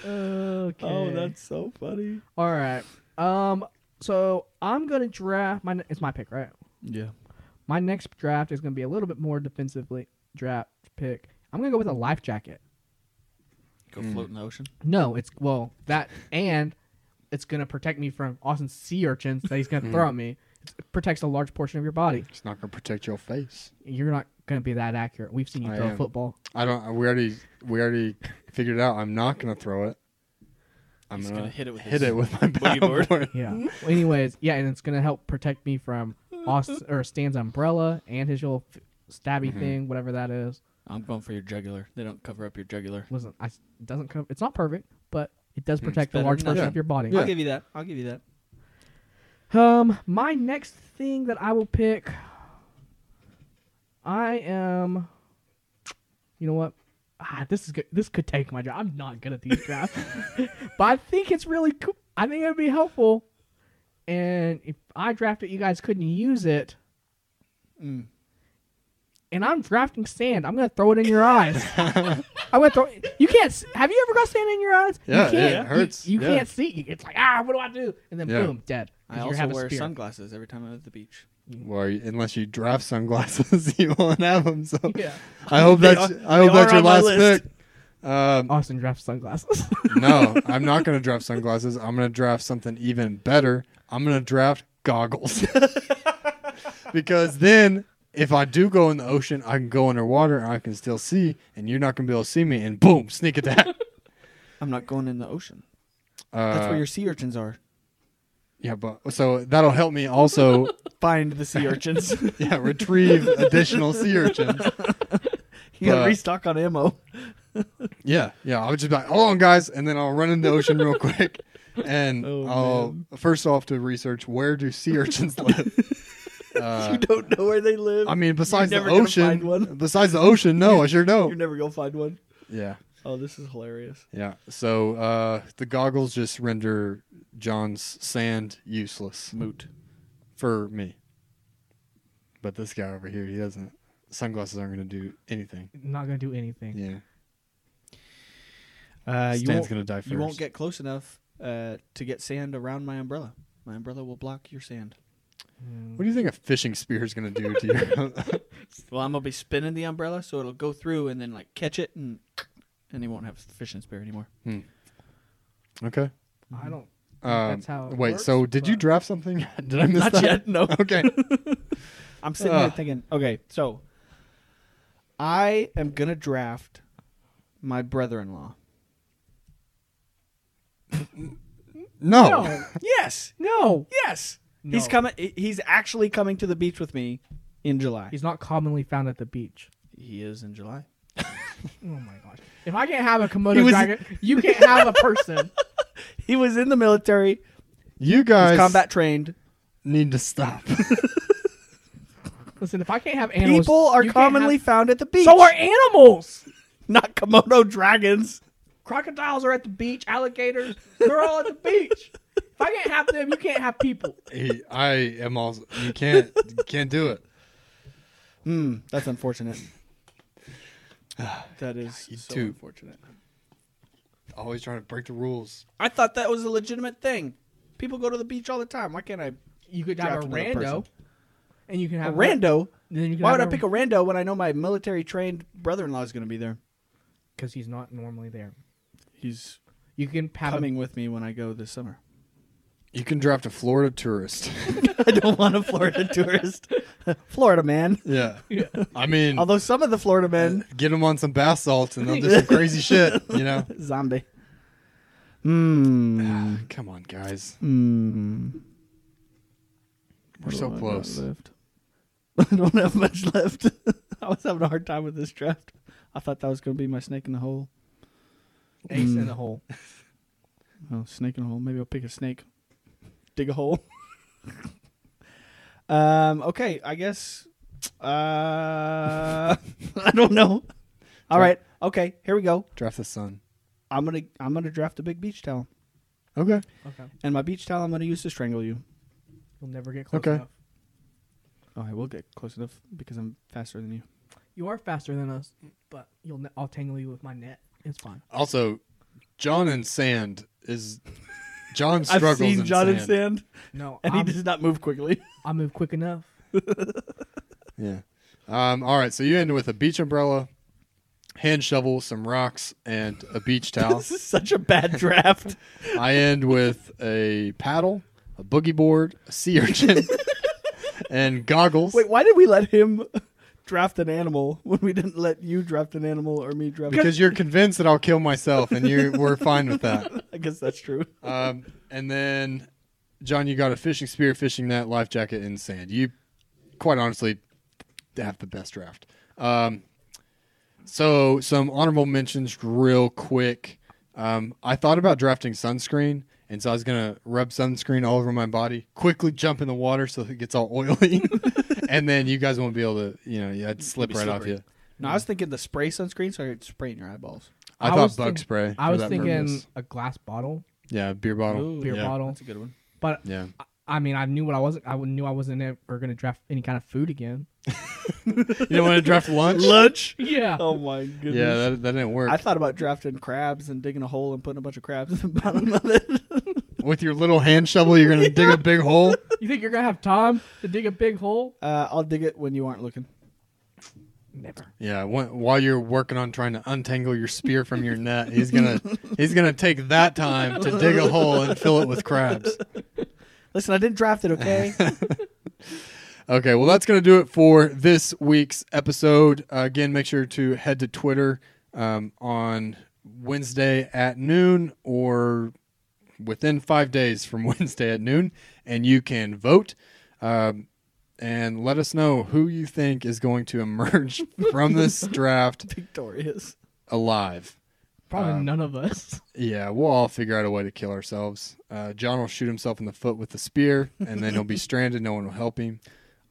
[SPEAKER 2] Oh, that's so funny.
[SPEAKER 3] All right. Um. So I'm gonna draft my. It's my pick, right?
[SPEAKER 2] Yeah.
[SPEAKER 3] My next draft is going to be a little bit more defensively draft pick. I'm going to go with a life jacket.
[SPEAKER 2] Go
[SPEAKER 1] Mm.
[SPEAKER 2] float in the ocean.
[SPEAKER 3] No, it's well that and it's going to protect me from awesome sea urchins that he's
[SPEAKER 1] Hmm.
[SPEAKER 3] going to throw at me. It protects a large portion of your body.
[SPEAKER 1] It's not going to protect your face.
[SPEAKER 3] You're not going to be that accurate. We've seen you
[SPEAKER 1] I
[SPEAKER 3] throw a
[SPEAKER 1] am.
[SPEAKER 3] football.
[SPEAKER 1] I don't. We already we already figured it out. I'm not going to throw it. I'm
[SPEAKER 2] He's
[SPEAKER 1] gonna,
[SPEAKER 2] gonna hit it with
[SPEAKER 1] hit
[SPEAKER 2] his
[SPEAKER 1] it with my
[SPEAKER 2] (laughs) boogie
[SPEAKER 1] paddleboard.
[SPEAKER 3] Yeah. Well, anyways, yeah, and it's gonna help protect me from Austin or Stan's umbrella and his little f- stabby
[SPEAKER 2] Mm-hmm.
[SPEAKER 3] thing, whatever that is.
[SPEAKER 2] I'm going for your jugular. They don't cover up your jugular.
[SPEAKER 3] Listen, I s- doesn't cover. It's not perfect, but it does
[SPEAKER 2] Hmm, it's
[SPEAKER 3] protect a
[SPEAKER 2] better
[SPEAKER 3] large
[SPEAKER 2] than
[SPEAKER 3] portion
[SPEAKER 1] nothing.
[SPEAKER 3] of your body.
[SPEAKER 1] Yeah.
[SPEAKER 2] I'll give you that. I'll give you that.
[SPEAKER 3] Um, my next thing that I will pick, I am. You know what? Ah, this is good. This could take my job. I'm not good at these drafts, (laughs) but I think it's really cool. I think it'd be helpful. And if I draft it, you guys couldn't use it.
[SPEAKER 2] Mm.
[SPEAKER 3] And I'm drafting sand. I'm gonna throw it in your eyes. I'm gonna throw. You can't. s- Have you ever got sand in your eyes?
[SPEAKER 1] Yeah,
[SPEAKER 3] you can't,
[SPEAKER 1] it
[SPEAKER 3] you-
[SPEAKER 1] hurts.
[SPEAKER 3] You,
[SPEAKER 1] Yeah.
[SPEAKER 3] can't see. It's like ah, what do I do? And then
[SPEAKER 1] Yeah.
[SPEAKER 3] boom, dead. 'Cause
[SPEAKER 2] I
[SPEAKER 3] you
[SPEAKER 2] also
[SPEAKER 3] have a
[SPEAKER 2] wear
[SPEAKER 3] spear.
[SPEAKER 2] sunglasses every time I'm at the beach.
[SPEAKER 1] Well, you- unless you draft sunglasses, (laughs) you won't have them. So
[SPEAKER 2] (laughs)
[SPEAKER 3] Yeah.
[SPEAKER 1] I hope
[SPEAKER 2] They
[SPEAKER 1] that's
[SPEAKER 2] are-
[SPEAKER 1] I
[SPEAKER 2] they
[SPEAKER 1] hope that's
[SPEAKER 2] are
[SPEAKER 1] your
[SPEAKER 2] on my
[SPEAKER 1] last
[SPEAKER 2] list.
[SPEAKER 1] pick. Um,
[SPEAKER 3] Austin drafts
[SPEAKER 2] (laughs)
[SPEAKER 3] sunglasses.
[SPEAKER 1] no, I'm not going to draft sunglasses. I'm going to draft something even better. I'm going to draft goggles. (laughs) because then, if I do go in the ocean, I can go underwater and I can still see, and you're not going to be able to see me, and boom, sneak
[SPEAKER 2] (laughs)
[SPEAKER 1] attack. Uh,
[SPEAKER 2] I'm not going in the ocean. That's where your sea urchins are.
[SPEAKER 1] Yeah, but so that'll help me also, (laughs)
[SPEAKER 2] Find the sea (laughs) urchins.
[SPEAKER 1] yeah, retrieve additional sea urchins.
[SPEAKER 2] you gotta
[SPEAKER 1] But-
[SPEAKER 2] restock on ammo. (laughs)
[SPEAKER 1] Yeah, yeah. I would just be like, hold on, guys, and then I'll run in the ocean
[SPEAKER 2] (laughs)
[SPEAKER 1] real quick. And
[SPEAKER 2] Oh,
[SPEAKER 1] I'll first off to research where do sea urchins
[SPEAKER 2] (laughs)
[SPEAKER 1] live. Uh,
[SPEAKER 2] you don't know where they live.
[SPEAKER 1] I mean, besides
[SPEAKER 2] You're
[SPEAKER 1] the
[SPEAKER 2] never gonna find
[SPEAKER 1] ocean,
[SPEAKER 2] one.
[SPEAKER 1] (laughs) besides the ocean, no, I sure know.
[SPEAKER 2] You're never gonna find one.
[SPEAKER 1] Yeah,
[SPEAKER 2] Oh, this is hilarious.
[SPEAKER 1] yeah. So uh, the goggles just render John's sand useless
[SPEAKER 2] Moot.
[SPEAKER 1] for me. But this guy over here, he doesn't. Sunglasses aren't going to do anything.
[SPEAKER 3] Not gonna do anything.
[SPEAKER 1] Yeah,
[SPEAKER 2] Uh, you,
[SPEAKER 1] Stan's
[SPEAKER 2] won't,
[SPEAKER 1] going to die first.
[SPEAKER 2] you won't get close enough uh, to get sand around my umbrella. My umbrella will block your sand.
[SPEAKER 1] What do you think a fishing spear is going to do to
[SPEAKER 2] (laughs)
[SPEAKER 1] you?
[SPEAKER 2] Well, I'm gonna be spinning the umbrella, so it'll go through and then like catch it, and and he won't have fishing spear (laughs) anymore.
[SPEAKER 1] (laughs) okay.
[SPEAKER 2] (laughs)
[SPEAKER 3] I don't.
[SPEAKER 1] Um,
[SPEAKER 3] That's how it
[SPEAKER 1] wait,
[SPEAKER 3] works,
[SPEAKER 1] so did you
[SPEAKER 3] but-
[SPEAKER 1] draft something? (laughs) did I miss
[SPEAKER 2] Not
[SPEAKER 1] that?
[SPEAKER 2] yet. (laughs) No.
[SPEAKER 1] Okay.
[SPEAKER 2] I'm sitting here
[SPEAKER 1] Ugh.
[SPEAKER 2] thinking, okay, so I am gonna draft my (laughs) brother-in-law.
[SPEAKER 1] No.
[SPEAKER 3] No,
[SPEAKER 2] Oh. Yes,
[SPEAKER 3] no.
[SPEAKER 2] yes. He's
[SPEAKER 3] No.
[SPEAKER 2] coming. he- He's actually coming to the beach with me in July.
[SPEAKER 3] He's not commonly found at the beach.
[SPEAKER 2] he is in July.
[SPEAKER 3] Oh my gosh! If I can't have a Komodo
[SPEAKER 2] He was-
[SPEAKER 3] dragon, you can't have a person. (laughs)
[SPEAKER 2] He was in the military.
[SPEAKER 1] You
[SPEAKER 2] He's
[SPEAKER 1] guys
[SPEAKER 2] combat trained.
[SPEAKER 1] need to
[SPEAKER 2] (laughs)
[SPEAKER 1] stop.
[SPEAKER 3] Listen, if I can't have animals,
[SPEAKER 2] People are
[SPEAKER 3] you can't
[SPEAKER 2] commonly
[SPEAKER 3] have-
[SPEAKER 2] found at the beach.
[SPEAKER 3] (laughs) so are animals.
[SPEAKER 2] not Komodo dragons.
[SPEAKER 3] Crocodiles are at the beach. Alligators, they're all at the beach. If I can't have them, you can't have people.
[SPEAKER 1] He- I am also. You can't. You can't do it.
[SPEAKER 2] Hmm, that's unfortunate. (sighs) that is
[SPEAKER 1] you
[SPEAKER 2] so
[SPEAKER 1] do.
[SPEAKER 2] unfortunate.
[SPEAKER 1] Always trying to break the rules.
[SPEAKER 2] I thought that was a legitimate thing. People go to the beach all the time. Why can't I?
[SPEAKER 3] You could have
[SPEAKER 2] Draft
[SPEAKER 3] a
[SPEAKER 2] another
[SPEAKER 3] rando, and you can
[SPEAKER 2] A
[SPEAKER 3] have
[SPEAKER 2] rando?
[SPEAKER 3] Then you can
[SPEAKER 2] Why
[SPEAKER 3] have
[SPEAKER 2] would I pick a rando when I know my military trained brother in law is going to be there?
[SPEAKER 3] Because he's not normally there.
[SPEAKER 2] He's
[SPEAKER 3] You can have a
[SPEAKER 2] coming with me when I go this summer.
[SPEAKER 1] You can draft a Florida tourist.
[SPEAKER 2] (laughs) I don't want a Florida tourist. (laughs) Florida man.
[SPEAKER 1] (laughs) yeah. I mean,
[SPEAKER 2] Although some of the Florida men,
[SPEAKER 1] get them on some bath salts and they'll do
[SPEAKER 2] (laughs)
[SPEAKER 1] some crazy shit. You know.
[SPEAKER 2] zombie. Hmm.
[SPEAKER 1] Come on, guys.
[SPEAKER 2] Hmm.
[SPEAKER 1] We're so
[SPEAKER 2] What do I got
[SPEAKER 1] close.
[SPEAKER 2] left? (laughs) I don't have much left. (laughs) I was having a hard time with this draft. I thought that was going to be my snake in the hole. Mm.
[SPEAKER 3] ace in the hole.
[SPEAKER 2] (laughs) Oh, snake in a hole. Maybe I'll pick a snake. Dig a hole. (laughs) um. Okay. I guess. Uh. (laughs) I don't know. All right. Okay. Here we go.
[SPEAKER 1] Draft the sun.
[SPEAKER 2] I'm gonna I'm gonna draft a big beach towel,
[SPEAKER 1] Okay.
[SPEAKER 3] Okay,
[SPEAKER 2] and my beach towel I'm gonna use to strangle you.
[SPEAKER 3] you'll never get close
[SPEAKER 1] Okay.
[SPEAKER 3] enough.
[SPEAKER 2] Oh, I will get close enough because I'm faster than you.
[SPEAKER 3] You are faster than us, but you'll ne- I'll tangle you with my net. It's fine.
[SPEAKER 1] Also, John and sand is. John struggles.
[SPEAKER 2] I've seen
[SPEAKER 1] in
[SPEAKER 2] John
[SPEAKER 1] sand. Um,
[SPEAKER 2] and Sand,
[SPEAKER 3] No,
[SPEAKER 2] (laughs) and
[SPEAKER 3] I'm,
[SPEAKER 2] he does not move quickly. (laughs)
[SPEAKER 3] I move quick enough.
[SPEAKER 1] Yeah. Um, all right. So you end with a beach umbrella, hand shovel, some rocks, and a beach towel.
[SPEAKER 2] (laughs) This is such
[SPEAKER 1] (laughs)
[SPEAKER 2] a bad draft.
[SPEAKER 1] I end with a paddle, a boogie board, a sea urchin, and goggles.
[SPEAKER 2] Wait, why did we let him (laughs) draft an animal when we didn't let you draft an animal or me draft?
[SPEAKER 1] because you're convinced that I'll kill myself, and you we're fine with that.
[SPEAKER 2] (laughs) I guess that's true.
[SPEAKER 1] Um, and then, John, you got a fishing spear, fishing net, life jacket, and sand. You, quite honestly, have the best draft. Um, so, some honorable mentions, real quick. Um, I thought about drafting sunscreen, and so I was gonna rub sunscreen all over my body, quickly jump in the water so it gets all oily, (laughs) and then you guys won't be able to, you know, yeah, it'd slip
[SPEAKER 2] be
[SPEAKER 1] right off
[SPEAKER 2] slippery.
[SPEAKER 1] you.
[SPEAKER 2] No, I was thinking the spray sunscreen, so it's spraying your eyeballs.
[SPEAKER 1] I,
[SPEAKER 3] I
[SPEAKER 1] thought
[SPEAKER 3] was
[SPEAKER 1] bug
[SPEAKER 3] think-
[SPEAKER 1] spray.
[SPEAKER 3] I
[SPEAKER 1] for
[SPEAKER 3] was
[SPEAKER 1] that
[SPEAKER 3] thinking
[SPEAKER 1] purpose.
[SPEAKER 3] a glass bottle,
[SPEAKER 1] yeah, beer bottle.
[SPEAKER 3] beer
[SPEAKER 1] yeah.
[SPEAKER 3] bottle.
[SPEAKER 2] That's a good one.
[SPEAKER 3] But
[SPEAKER 1] Yeah.
[SPEAKER 3] I- I mean, I knew what I wasn't. I knew I wasn't ever going to draft any kind of
[SPEAKER 2] (laughs)
[SPEAKER 3] food again.
[SPEAKER 1] You don't want to draft
[SPEAKER 3] (laughs)
[SPEAKER 1] lunch?
[SPEAKER 2] Lunch.
[SPEAKER 3] Yeah.
[SPEAKER 2] Oh my goodness.
[SPEAKER 1] Yeah, that, that didn't work.
[SPEAKER 2] I thought about drafting crabs and digging a hole and putting a bunch of crabs in the (laughs) bottom of it.
[SPEAKER 1] With your little hand shovel, you're gonna dig a big hole.
[SPEAKER 3] (laughs) You think you're gonna have time to dig a big hole?
[SPEAKER 2] Uh, I'll dig it when you aren't looking.
[SPEAKER 3] Never.
[SPEAKER 1] Yeah, wh- while you're working on trying to untangle your spear from your net, he's gonna he's gonna take that time to dig a hole and fill it with crabs.
[SPEAKER 2] Listen, I didn't draft
[SPEAKER 1] (laughs)
[SPEAKER 2] it, okay? (laughs)
[SPEAKER 1] Okay, well that's gonna do it for this week's episode. Uh, again, make sure to head to Twitter um, on Wednesday at noon or within five days from (laughs) Wednesday at noon, and you can vote. Um, and let us know who you think is going to emerge (laughs) from this draft
[SPEAKER 2] Victorious.
[SPEAKER 1] alive.
[SPEAKER 3] Probably
[SPEAKER 1] Um,
[SPEAKER 3] none of us. (laughs)
[SPEAKER 1] Yeah, we'll all figure out a way to kill ourselves. Uh, John will shoot himself in the foot with the spear, and then he'll be stranded. No one will help him.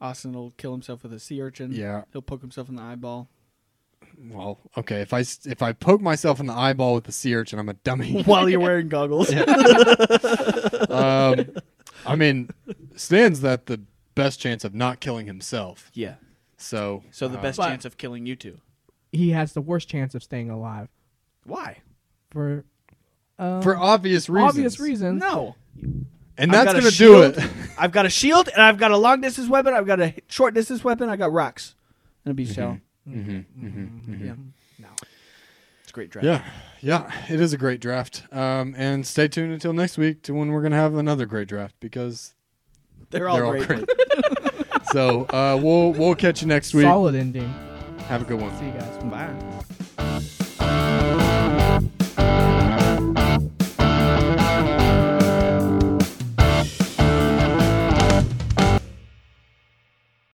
[SPEAKER 2] Austin will kill himself with a sea urchin.
[SPEAKER 1] Yeah.
[SPEAKER 2] He'll poke himself in
[SPEAKER 1] (laughs)
[SPEAKER 2] the eyeball.
[SPEAKER 1] Well, okay. If I s- if I poke myself in the eyeball with the sea urchin, I'm a
[SPEAKER 2] (laughs)
[SPEAKER 1] dummy.
[SPEAKER 2] While you're
[SPEAKER 1] (laughs)
[SPEAKER 2] wearing (laughs) goggles. (laughs)
[SPEAKER 1] um, I mean, stands that the best chance of not killing himself.
[SPEAKER 2] Yeah.
[SPEAKER 1] So,
[SPEAKER 2] So the
[SPEAKER 1] uh,
[SPEAKER 2] best
[SPEAKER 3] But-
[SPEAKER 2] chance of killing you two.
[SPEAKER 3] He has the worst chance of staying alive
[SPEAKER 2] Why?
[SPEAKER 3] for um,
[SPEAKER 1] for obvious reasons.
[SPEAKER 3] obvious reasons.
[SPEAKER 2] No.
[SPEAKER 1] and
[SPEAKER 2] I've
[SPEAKER 1] that's
[SPEAKER 2] got a
[SPEAKER 1] gonna do
[SPEAKER 2] shield.
[SPEAKER 1] it. (laughs)
[SPEAKER 2] I've got a shield and I've got a long distance weapon. I've got a short distance weapon. I got rocks and a beach towel. Mm-hmm. Yeah.
[SPEAKER 3] No.
[SPEAKER 2] It's a great draft.
[SPEAKER 1] yeah, yeah. It is a great draft. Um, and stay tuned until next week to when we're gonna have another great draft because
[SPEAKER 2] They're all
[SPEAKER 1] they're all
[SPEAKER 2] great.
[SPEAKER 1] great.
[SPEAKER 2] (laughs)
[SPEAKER 1] so uh, we'll we'll catch you next week.
[SPEAKER 3] Solid ending.
[SPEAKER 1] Have a good one.
[SPEAKER 3] See you guys.
[SPEAKER 2] Bye.